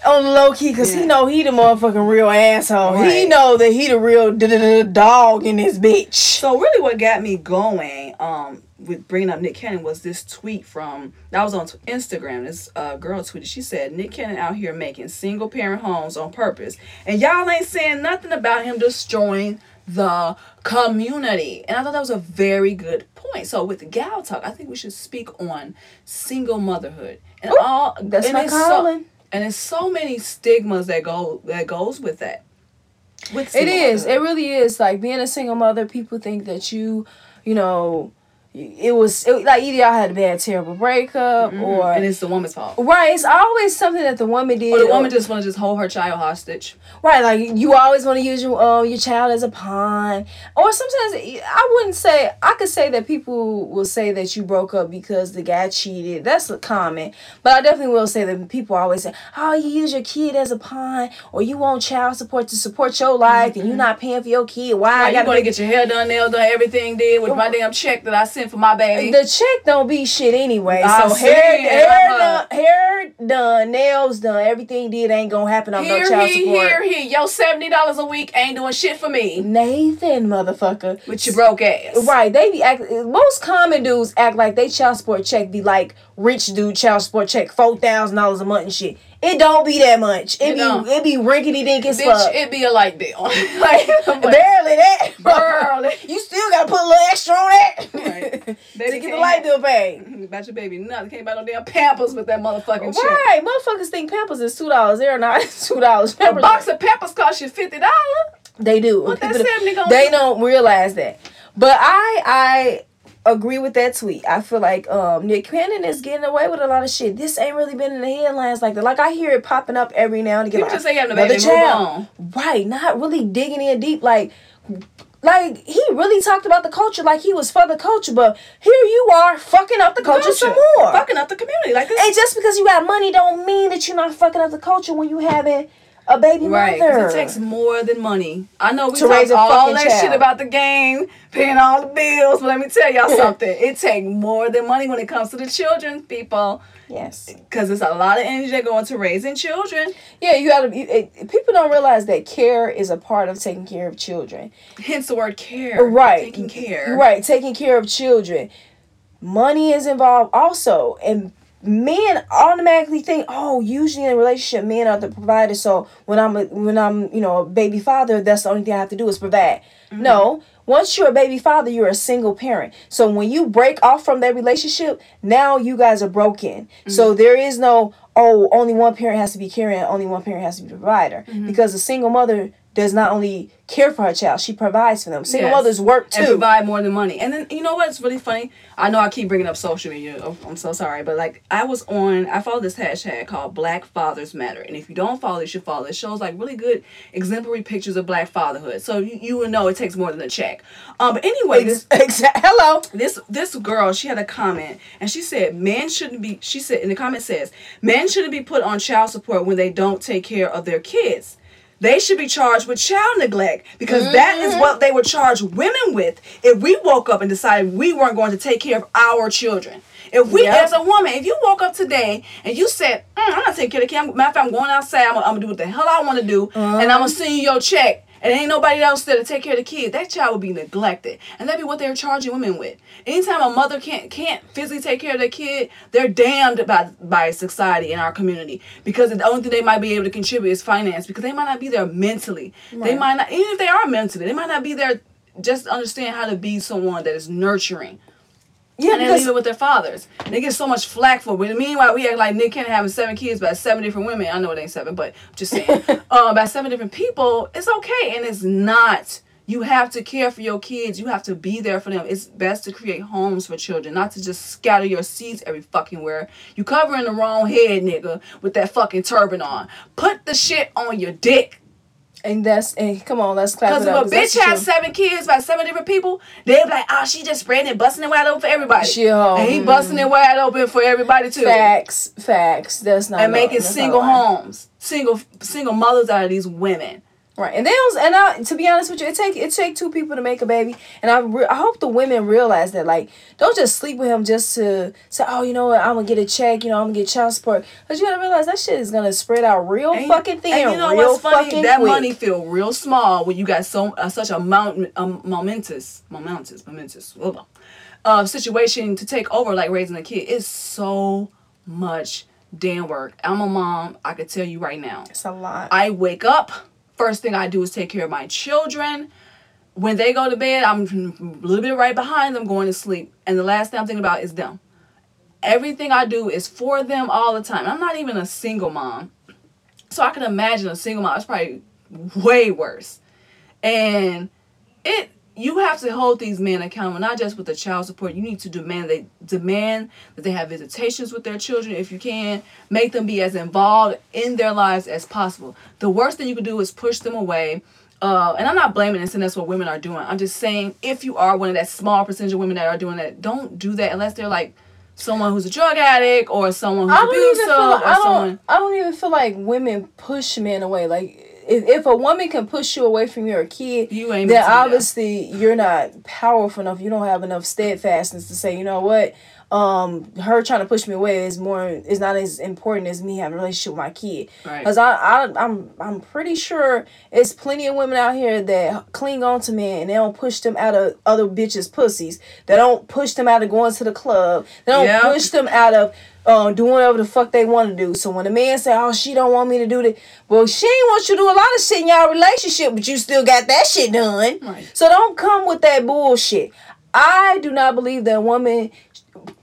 [SPEAKER 1] on the low key because he
[SPEAKER 2] Yeah.
[SPEAKER 1] know he the motherfucking real asshole. He
[SPEAKER 2] Right.
[SPEAKER 1] know that he the real d- d- d- dog in this bitch.
[SPEAKER 2] So really, what got me going um, with bringing up Nick Cannon was this tweet from that was on t- Instagram. This uh, girl tweeted. She said Nick Cannon out here making single parent homes on purpose, and y'all ain't saying nothing about him destroying the community. And I thought that was a very good point. So with the gal talk, I think we should speak on single motherhood and all.
[SPEAKER 1] that's
[SPEAKER 2] and
[SPEAKER 1] my
[SPEAKER 2] it's so-
[SPEAKER 1] calling.
[SPEAKER 2] and it's so many stigmas that go that goes with that. With
[SPEAKER 1] It
[SPEAKER 2] single
[SPEAKER 1] is. It
[SPEAKER 2] motherhood.
[SPEAKER 1] really is. Like being a single mother, people think that you, you know, It was it, like either y'all had a bad, terrible breakup, or
[SPEAKER 2] Mm-hmm. and it's the woman's fault.
[SPEAKER 1] right. It's always something that the woman did.
[SPEAKER 2] Or the woman just want to just hold her child hostage.
[SPEAKER 1] Right, like you always want to use your uh, your child as a pawn, or sometimes I wouldn't say I could say that people will say that you broke up because the guy cheated. That's a comment, but I definitely will say that people always say, "Oh, you use your kid as a pawn, or you want child support to support your life, and you're not paying for your kid. Why
[SPEAKER 2] Now
[SPEAKER 1] I
[SPEAKER 2] Mm-hmm. you
[SPEAKER 1] gotta
[SPEAKER 2] going to get your hair done, nail done, everything did with my damn check that I sent for my baby.
[SPEAKER 1] the check don't be shit anyway.
[SPEAKER 2] I'm
[SPEAKER 1] so hair,
[SPEAKER 2] saying,
[SPEAKER 1] hair,
[SPEAKER 2] uh-huh.
[SPEAKER 1] done, hair done, nails done, everything did ain't gonna happen on
[SPEAKER 2] Here
[SPEAKER 1] no child
[SPEAKER 2] he,
[SPEAKER 1] support.
[SPEAKER 2] here he. Yo, seventy dollars a week ain't doing shit for me.
[SPEAKER 1] Nathan, motherfucker.
[SPEAKER 2] With your broke ass.
[SPEAKER 1] Right, they be act. Most common dudes act like they child support check be like rich dude child support check four thousand dollars a month and shit. It don't be that much. It
[SPEAKER 2] It don't.
[SPEAKER 1] be it be rickety dink as
[SPEAKER 2] Bitch,
[SPEAKER 1] fuck. <laughs>
[SPEAKER 2] it be a light bill. <laughs> like, I'm like,
[SPEAKER 1] Barely that.
[SPEAKER 2] Barely.
[SPEAKER 1] <laughs> you still gotta put a little extra on that <laughs>
[SPEAKER 2] Right.
[SPEAKER 1] to
[SPEAKER 2] Baby
[SPEAKER 1] get the
[SPEAKER 2] can't-
[SPEAKER 1] light bill paid.
[SPEAKER 2] "Mm, about your baby nothing. Can't buy no damn pampers with that motherfucking shit.
[SPEAKER 1] Right, motherfuckers think Pampers is two dollars. They're not <laughs> two dollars.
[SPEAKER 2] A box of peppers cost you fifty dollars.
[SPEAKER 1] They do.
[SPEAKER 2] What that
[SPEAKER 1] People-
[SPEAKER 2] Sammy gonna
[SPEAKER 1] they
[SPEAKER 2] do?
[SPEAKER 1] don't realize that. But I I agree with that tweet. I feel like um, Nick Cannon is getting away with a lot of shit. This ain't really been in the headlines like that. Like I hear it popping up every now and again.
[SPEAKER 2] People
[SPEAKER 1] like,
[SPEAKER 2] just say having a
[SPEAKER 1] "Another
[SPEAKER 2] baby, move
[SPEAKER 1] child." Right, not really digging in deep like like he really talked about the culture like he was for the culture, but here you are fucking up the culture some more.
[SPEAKER 2] Fucking up the community like this.
[SPEAKER 1] and just because you got money don't mean that you're not fucking up the culture when you having a baby
[SPEAKER 2] Right,
[SPEAKER 1] mother.
[SPEAKER 2] 'cause it takes more than money. I know we
[SPEAKER 1] To raise
[SPEAKER 2] talk
[SPEAKER 1] a
[SPEAKER 2] all
[SPEAKER 1] fucking
[SPEAKER 2] that
[SPEAKER 1] child.
[SPEAKER 2] shit about the game, paying all the bills, but let me tell
[SPEAKER 1] <laughs>
[SPEAKER 2] y'all something. It take more than money when it comes to the children, people,
[SPEAKER 1] yes.
[SPEAKER 2] because it's a lot of energy that go into raising children.
[SPEAKER 1] Yeah, you gotta. You, it, people don't realize that care is a part of taking care of children.
[SPEAKER 2] Hence the word care.
[SPEAKER 1] Right.
[SPEAKER 2] Taking care.
[SPEAKER 1] Right, taking care of children. Money is involved also, and men automatically think, oh, usually in a relationship, men are the provider. So when I'm a, when I'm you know a baby father, that's the only thing I have to do is provide.
[SPEAKER 2] Mm-hmm.
[SPEAKER 1] No. Once you're a baby father, you're a single parent. So when you break off from that relationship, now you guys are broken.
[SPEAKER 2] Mm-hmm.
[SPEAKER 1] So there is no, oh, only one parent has to be carrying, only one parent has to be provider.
[SPEAKER 2] Mm-hmm.
[SPEAKER 1] Because a single mother does not only care for her child, she provides for them. Single
[SPEAKER 2] Yes.
[SPEAKER 1] mothers work too. <laughs>
[SPEAKER 2] And provide more than money. And then you know what's really funny? I know I keep bringing up social media. Oh, I'm so sorry, but like I was on, I follow this hashtag called Black Fathers Matter. And if you don't follow, you should follow. It shows like really good exemplary pictures of Black fatherhood. So you, you will know it takes more than a check. Um, but anyway, this
[SPEAKER 1] Ex- ex- hello.
[SPEAKER 2] this this girl she had a comment and she said men shouldn't be she said and the comment says men shouldn't be put on child support when they don't take care of their kids they should be charged with child neglect because that is what they would charge women with if we woke up and decided we weren't going to take care of our children if we
[SPEAKER 1] Yep.
[SPEAKER 2] as a woman if you woke up today and you said "Mm, i'm gonna take care of the kid I'm- matter of fact i'm going outside i'm gonna, I'm gonna do what the hell i want to do and i'm gonna send you your check and ain't nobody else there to take care of the kid, that child would be neglected. And that'd be what they're charging women with. Anytime a mother can't can't physically take care of their kid, they're damned by by society in our community. Because the only thing they might be able to contribute is finance because they might not be there mentally. They might not even if they are mentally, they might not be there just to understand how to be someone that is nurturing.
[SPEAKER 1] Yeah,
[SPEAKER 2] And they
[SPEAKER 1] because
[SPEAKER 2] leave it with their fathers. They get so much flack for it. Meanwhile, we act like Nick Cannon having seven kids by seven different women. I know it ain't seven, but just <laughs> saying. uh, by seven different people, it's okay. And it's not. You have to care for your kids. You have to be there for them. It's best to create homes for children, not to just scatter your seeds every fucking where. You covering the wrong head, nigga, with that fucking turban on. Put the shit on your dick.
[SPEAKER 1] and that's and come on, let's clap
[SPEAKER 2] Because
[SPEAKER 1] it
[SPEAKER 2] if
[SPEAKER 1] up.
[SPEAKER 2] a bitch has seven kids by seven different people, they be like, oh, she just spreading it, busting it wide open for everybody.
[SPEAKER 1] She a hoe.
[SPEAKER 2] And he busting it wide open for everybody too.
[SPEAKER 1] facts, facts. That's not
[SPEAKER 2] And
[SPEAKER 1] no,
[SPEAKER 2] making
[SPEAKER 1] that's not
[SPEAKER 2] single
[SPEAKER 1] right.
[SPEAKER 2] homes, single single mothers out of these women.
[SPEAKER 1] Right, and they don't. And I, to be honest with you, it take it take two people to make a baby, and I re- I hope the women realize that. Like, don't just sleep with him just to say, oh, you know what, I'm gonna get a check, you know, I'm gonna get child support. Cause you gotta realize that shit is gonna spread out real
[SPEAKER 2] And-
[SPEAKER 1] fucking thin,
[SPEAKER 2] And you know
[SPEAKER 1] real
[SPEAKER 2] what's funny?
[SPEAKER 1] fucking
[SPEAKER 2] that
[SPEAKER 1] quick.
[SPEAKER 2] money feel real small when you got so uh, such a mount, um, momentous, momentous, momentous, blah, blah, uh, situation to take over, like raising a kid. It's so much damn work. I'm a mom. I could tell you right now.
[SPEAKER 1] It's a lot.
[SPEAKER 2] I wake up. First thing I do is take care of my children. When they go to bed, I'm <laughs> a little bit right behind them going to sleep. And the last thing I'm thinking about is them. Everything I do is for them all the time. I'm not even a single mom. So I can imagine a single mom is probably way worse. And it you have to hold these men accountable, not just with the child support. You need to demand they demand that they have visitations with their children if you can. Make them be as involved in their lives as possible. The worst thing you can do is push them away. Uh, and I'm not blaming this, and that's what women are doing. I'm just saying, if you are one of that small percentage of women that are doing that, don't do that unless they're like someone who's a drug addict or someone who's
[SPEAKER 1] I don't even
[SPEAKER 2] abusive
[SPEAKER 1] feel.
[SPEAKER 2] or
[SPEAKER 1] I don't.
[SPEAKER 2] someone.
[SPEAKER 1] I don't even feel like women push men away. Like if, if a woman can push you away from your kid,
[SPEAKER 2] You
[SPEAKER 1] then
[SPEAKER 2] ain't meant to be there.
[SPEAKER 1] obviously you're not powerful enough. You don't have enough steadfastness to say, you know what, um, her trying to push me away is more is not as important as me having a relationship with my kid.
[SPEAKER 2] Right.
[SPEAKER 1] Because I, I I'm I'm pretty sure it's plenty of women out here that cling on to men and they don't push them out of other bitches' pussies. They don't push them out of going to the club. They don't
[SPEAKER 2] Yep.
[SPEAKER 1] push them out of um, doing whatever the fuck they want to do. So when a man say, "Oh, she don't want me to do that," well, she ain't want you to do a lot of shit in y'all relationship, but you still got that shit done.
[SPEAKER 2] Right.
[SPEAKER 1] So don't come with that bullshit. I do not believe that woman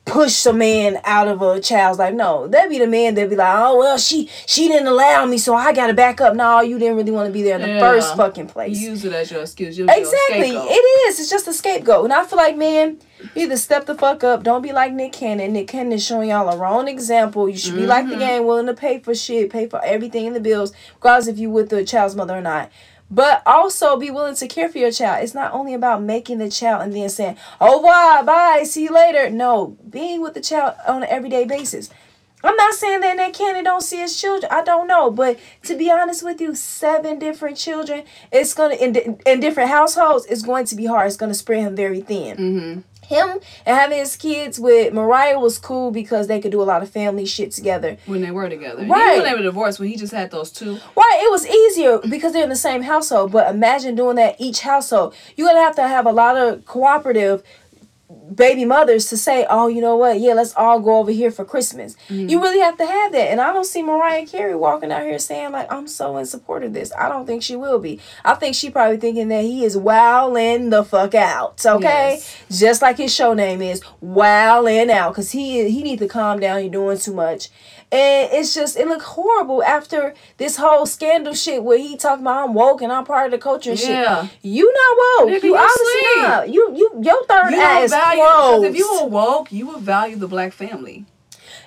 [SPEAKER 1] push a man out of a child's life. No, that'd be the man that'd be like, "Oh well, she she didn't allow me, so I gotta back up." No, you didn't really want to be there in the
[SPEAKER 2] Yeah.
[SPEAKER 1] first fucking place.
[SPEAKER 2] You use it as your excuse. You're
[SPEAKER 1] Exactly.
[SPEAKER 2] Your scapegoat.
[SPEAKER 1] It is. It's just a scapegoat. And I feel like, man, either step the fuck up. Don't be like Nick Cannon. Nick Cannon is showing y'all a wrong example. You should be like the
[SPEAKER 2] Mm-hmm.
[SPEAKER 1] game, willing to pay for shit, pay for everything in the bills, regardless if you with the child's mother or not. But also be willing to care for your child. It's not only about making the child and then saying, oh, bye, bye, see you later. No, being with the child on an everyday basis. I'm not saying that Nat Cannon don't see his children. I don't know, but to be honest with you, seven different children, it's gonna in, di- in different households, it's going to be hard. It's gonna spread him very thin. Him and having his kids with Mariah was cool because they could do a lot of family shit together.
[SPEAKER 2] when they were together.
[SPEAKER 1] Right.
[SPEAKER 2] Even when they were divorced, when he just had those two.
[SPEAKER 1] Right, it was easier because they're in the same household. But imagine doing that each household. You're gonna have to have a lot of cooperative baby mothers to say, "Oh, you know what? Yeah, let's all go over here for Christmas."
[SPEAKER 2] Mm-hmm.
[SPEAKER 1] You really have to have that. And I don't see Mariah Carey walking out here saying like, "I'm so in support of this." I don't think she will be. I think she probably thinking that he is wowing the fuck out. Okay, just like his show name is wowing out because he he needs to calm down. He doing too much. And it's just it looked horrible after this whole scandal shit where he talking about I'm woke and I'm part of the culture and
[SPEAKER 2] Yeah.
[SPEAKER 1] shit. You not woke.
[SPEAKER 2] Nigga,
[SPEAKER 1] you
[SPEAKER 2] you
[SPEAKER 1] obviously
[SPEAKER 2] sleep.
[SPEAKER 1] not. You you your third
[SPEAKER 2] You
[SPEAKER 1] ass
[SPEAKER 2] don't value because if you
[SPEAKER 1] closed.
[SPEAKER 2] were woke, you would value the black family.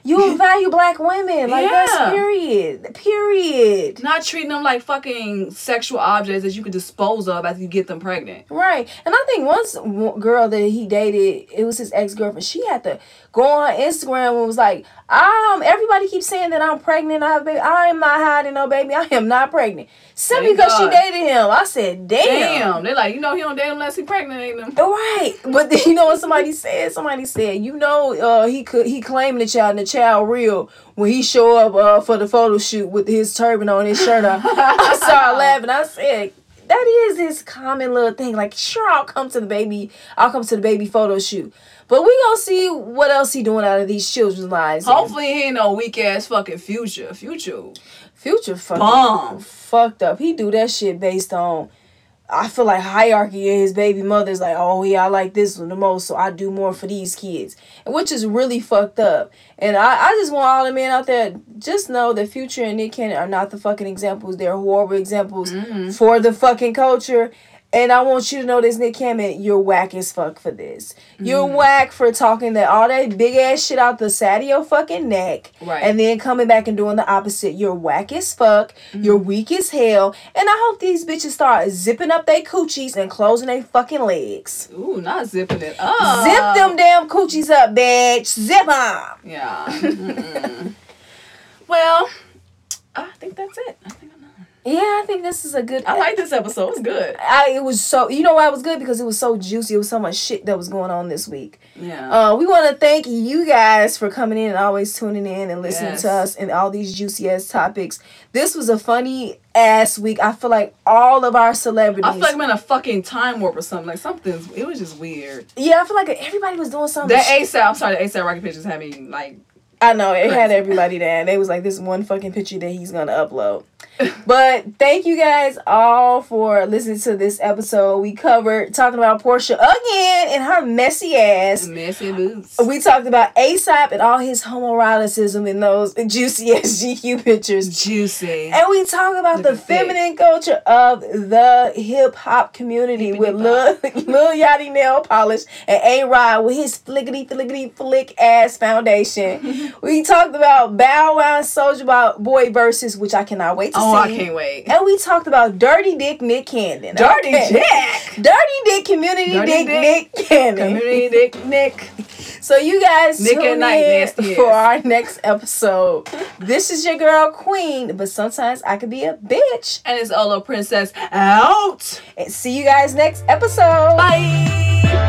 [SPEAKER 1] You don't value black women. Like that's
[SPEAKER 2] Yeah.
[SPEAKER 1] period. Period.
[SPEAKER 2] Not treating them like fucking sexual objects that you could dispose of after you get them pregnant.
[SPEAKER 1] Right. And I think once one girl that he dated, it was his ex girlfriend, she had to go on Instagram and was like, um, everybody keeps saying that I'm pregnant. I have a baby. I am not hiding no baby. I am not pregnant. Simply
[SPEAKER 2] Thank
[SPEAKER 1] because she
[SPEAKER 2] God.
[SPEAKER 1] dated him. I said,
[SPEAKER 2] Damn. They're like, you know, he don't date unless he pregnant, ain't
[SPEAKER 1] <laughs>
[SPEAKER 2] him?
[SPEAKER 1] Right, but <laughs> then, you know what somebody said? Somebody said, you know, uh, he could he claimed the child and the child real when he show up uh, for the photo shoot with his turban on his shirt. on. I started laughing. I said, that is his common little thing. Like, sure, I'll come to the baby. I'll come to the baby photo shoot, but we gonna see what else he doing out of these children's lives.
[SPEAKER 2] Hopefully he ain't no weak ass fucking future. Future.
[SPEAKER 1] Future fucking
[SPEAKER 2] Bum.
[SPEAKER 1] fucked up. He do that shit based on I feel like hierarchy and his baby mother's like, oh yeah, I like this one the most, so I do more for these kids. And which is really fucked up. And I, I just want all the men out there just know that Future and Nick Cannon are not the fucking examples. They're horrible examples for the fucking culture. And I want you to know this, Nick Cannon, you're whack as fuck for this. You're whack for talking that all that big ass shit out the side of your fucking neck.
[SPEAKER 2] Right.
[SPEAKER 1] And then coming back and doing the opposite. You're whack as fuck. You're weak as hell. And I hope these bitches start zipping up their coochies and closing their fucking legs.
[SPEAKER 2] Ooh, not zipping it up.
[SPEAKER 1] Zip them damn coochies up, bitch. Zip them.
[SPEAKER 2] Yeah. Mm-mm. <laughs> well, I think that's it. I think I'm done.
[SPEAKER 1] Yeah, I think this is a good.
[SPEAKER 2] I like this episode. It's good.
[SPEAKER 1] I, it was so you know why it was good because it was so juicy. It was so much shit that was going on this week.
[SPEAKER 2] Yeah.
[SPEAKER 1] Uh, we want to thank you guys for coming in and always tuning in and listening
[SPEAKER 2] Yes.
[SPEAKER 1] to us and all these juicy ass topics. This was a funny ass week. I feel like all of our celebrities.
[SPEAKER 2] I feel like I'm in a fucking time warp or something. Like something's. It was just weird.
[SPEAKER 1] yeah, I feel like everybody was doing something.
[SPEAKER 2] That
[SPEAKER 1] sh-
[SPEAKER 2] ASAP. I'm sorry. The ASAP Rocky pictures had me like.
[SPEAKER 1] I know it had everybody there. and They was like this one fucking picture that he's gonna upload. But thank you guys all for listening to this episode. We covered talking about Portia again and her messy ass.
[SPEAKER 2] Messy boots.
[SPEAKER 1] We talked about Aesop and all his homoeroticism in those <laughs> juicy SGQ pictures.
[SPEAKER 2] Juicy.
[SPEAKER 1] And we talk about
[SPEAKER 2] Look
[SPEAKER 1] the
[SPEAKER 2] at that.
[SPEAKER 1] feminine culture of the hip hop community with Lil, <laughs> Lil Yachty nail polish and A Rod with his flickety flickety flick ass
[SPEAKER 2] <laughs>
[SPEAKER 1] foundation. we talked about Bow Wow and Soulja Boy versus, which I cannot wait to
[SPEAKER 2] Oh, I
[SPEAKER 1] see.
[SPEAKER 2] can't wait.
[SPEAKER 1] And we talked about Dirty Dick Nick Cannon.
[SPEAKER 2] Dirty
[SPEAKER 1] Okay.
[SPEAKER 2] Jack.
[SPEAKER 1] Dirty Dick Community
[SPEAKER 2] Dirty
[SPEAKER 1] Dick,
[SPEAKER 2] Dick.
[SPEAKER 1] Nick Cannon.
[SPEAKER 2] Community Nick Nick.
[SPEAKER 1] So you guys
[SPEAKER 2] Nick
[SPEAKER 1] tune
[SPEAKER 2] at night,
[SPEAKER 1] in
[SPEAKER 2] nasty
[SPEAKER 1] for
[SPEAKER 2] ass.
[SPEAKER 1] our next
[SPEAKER 2] <laughs>
[SPEAKER 1] episode. this is your girl Queen, but sometimes I could be a bitch.
[SPEAKER 2] And it's Olo Princess out.
[SPEAKER 1] And see you guys next episode.
[SPEAKER 2] Bye.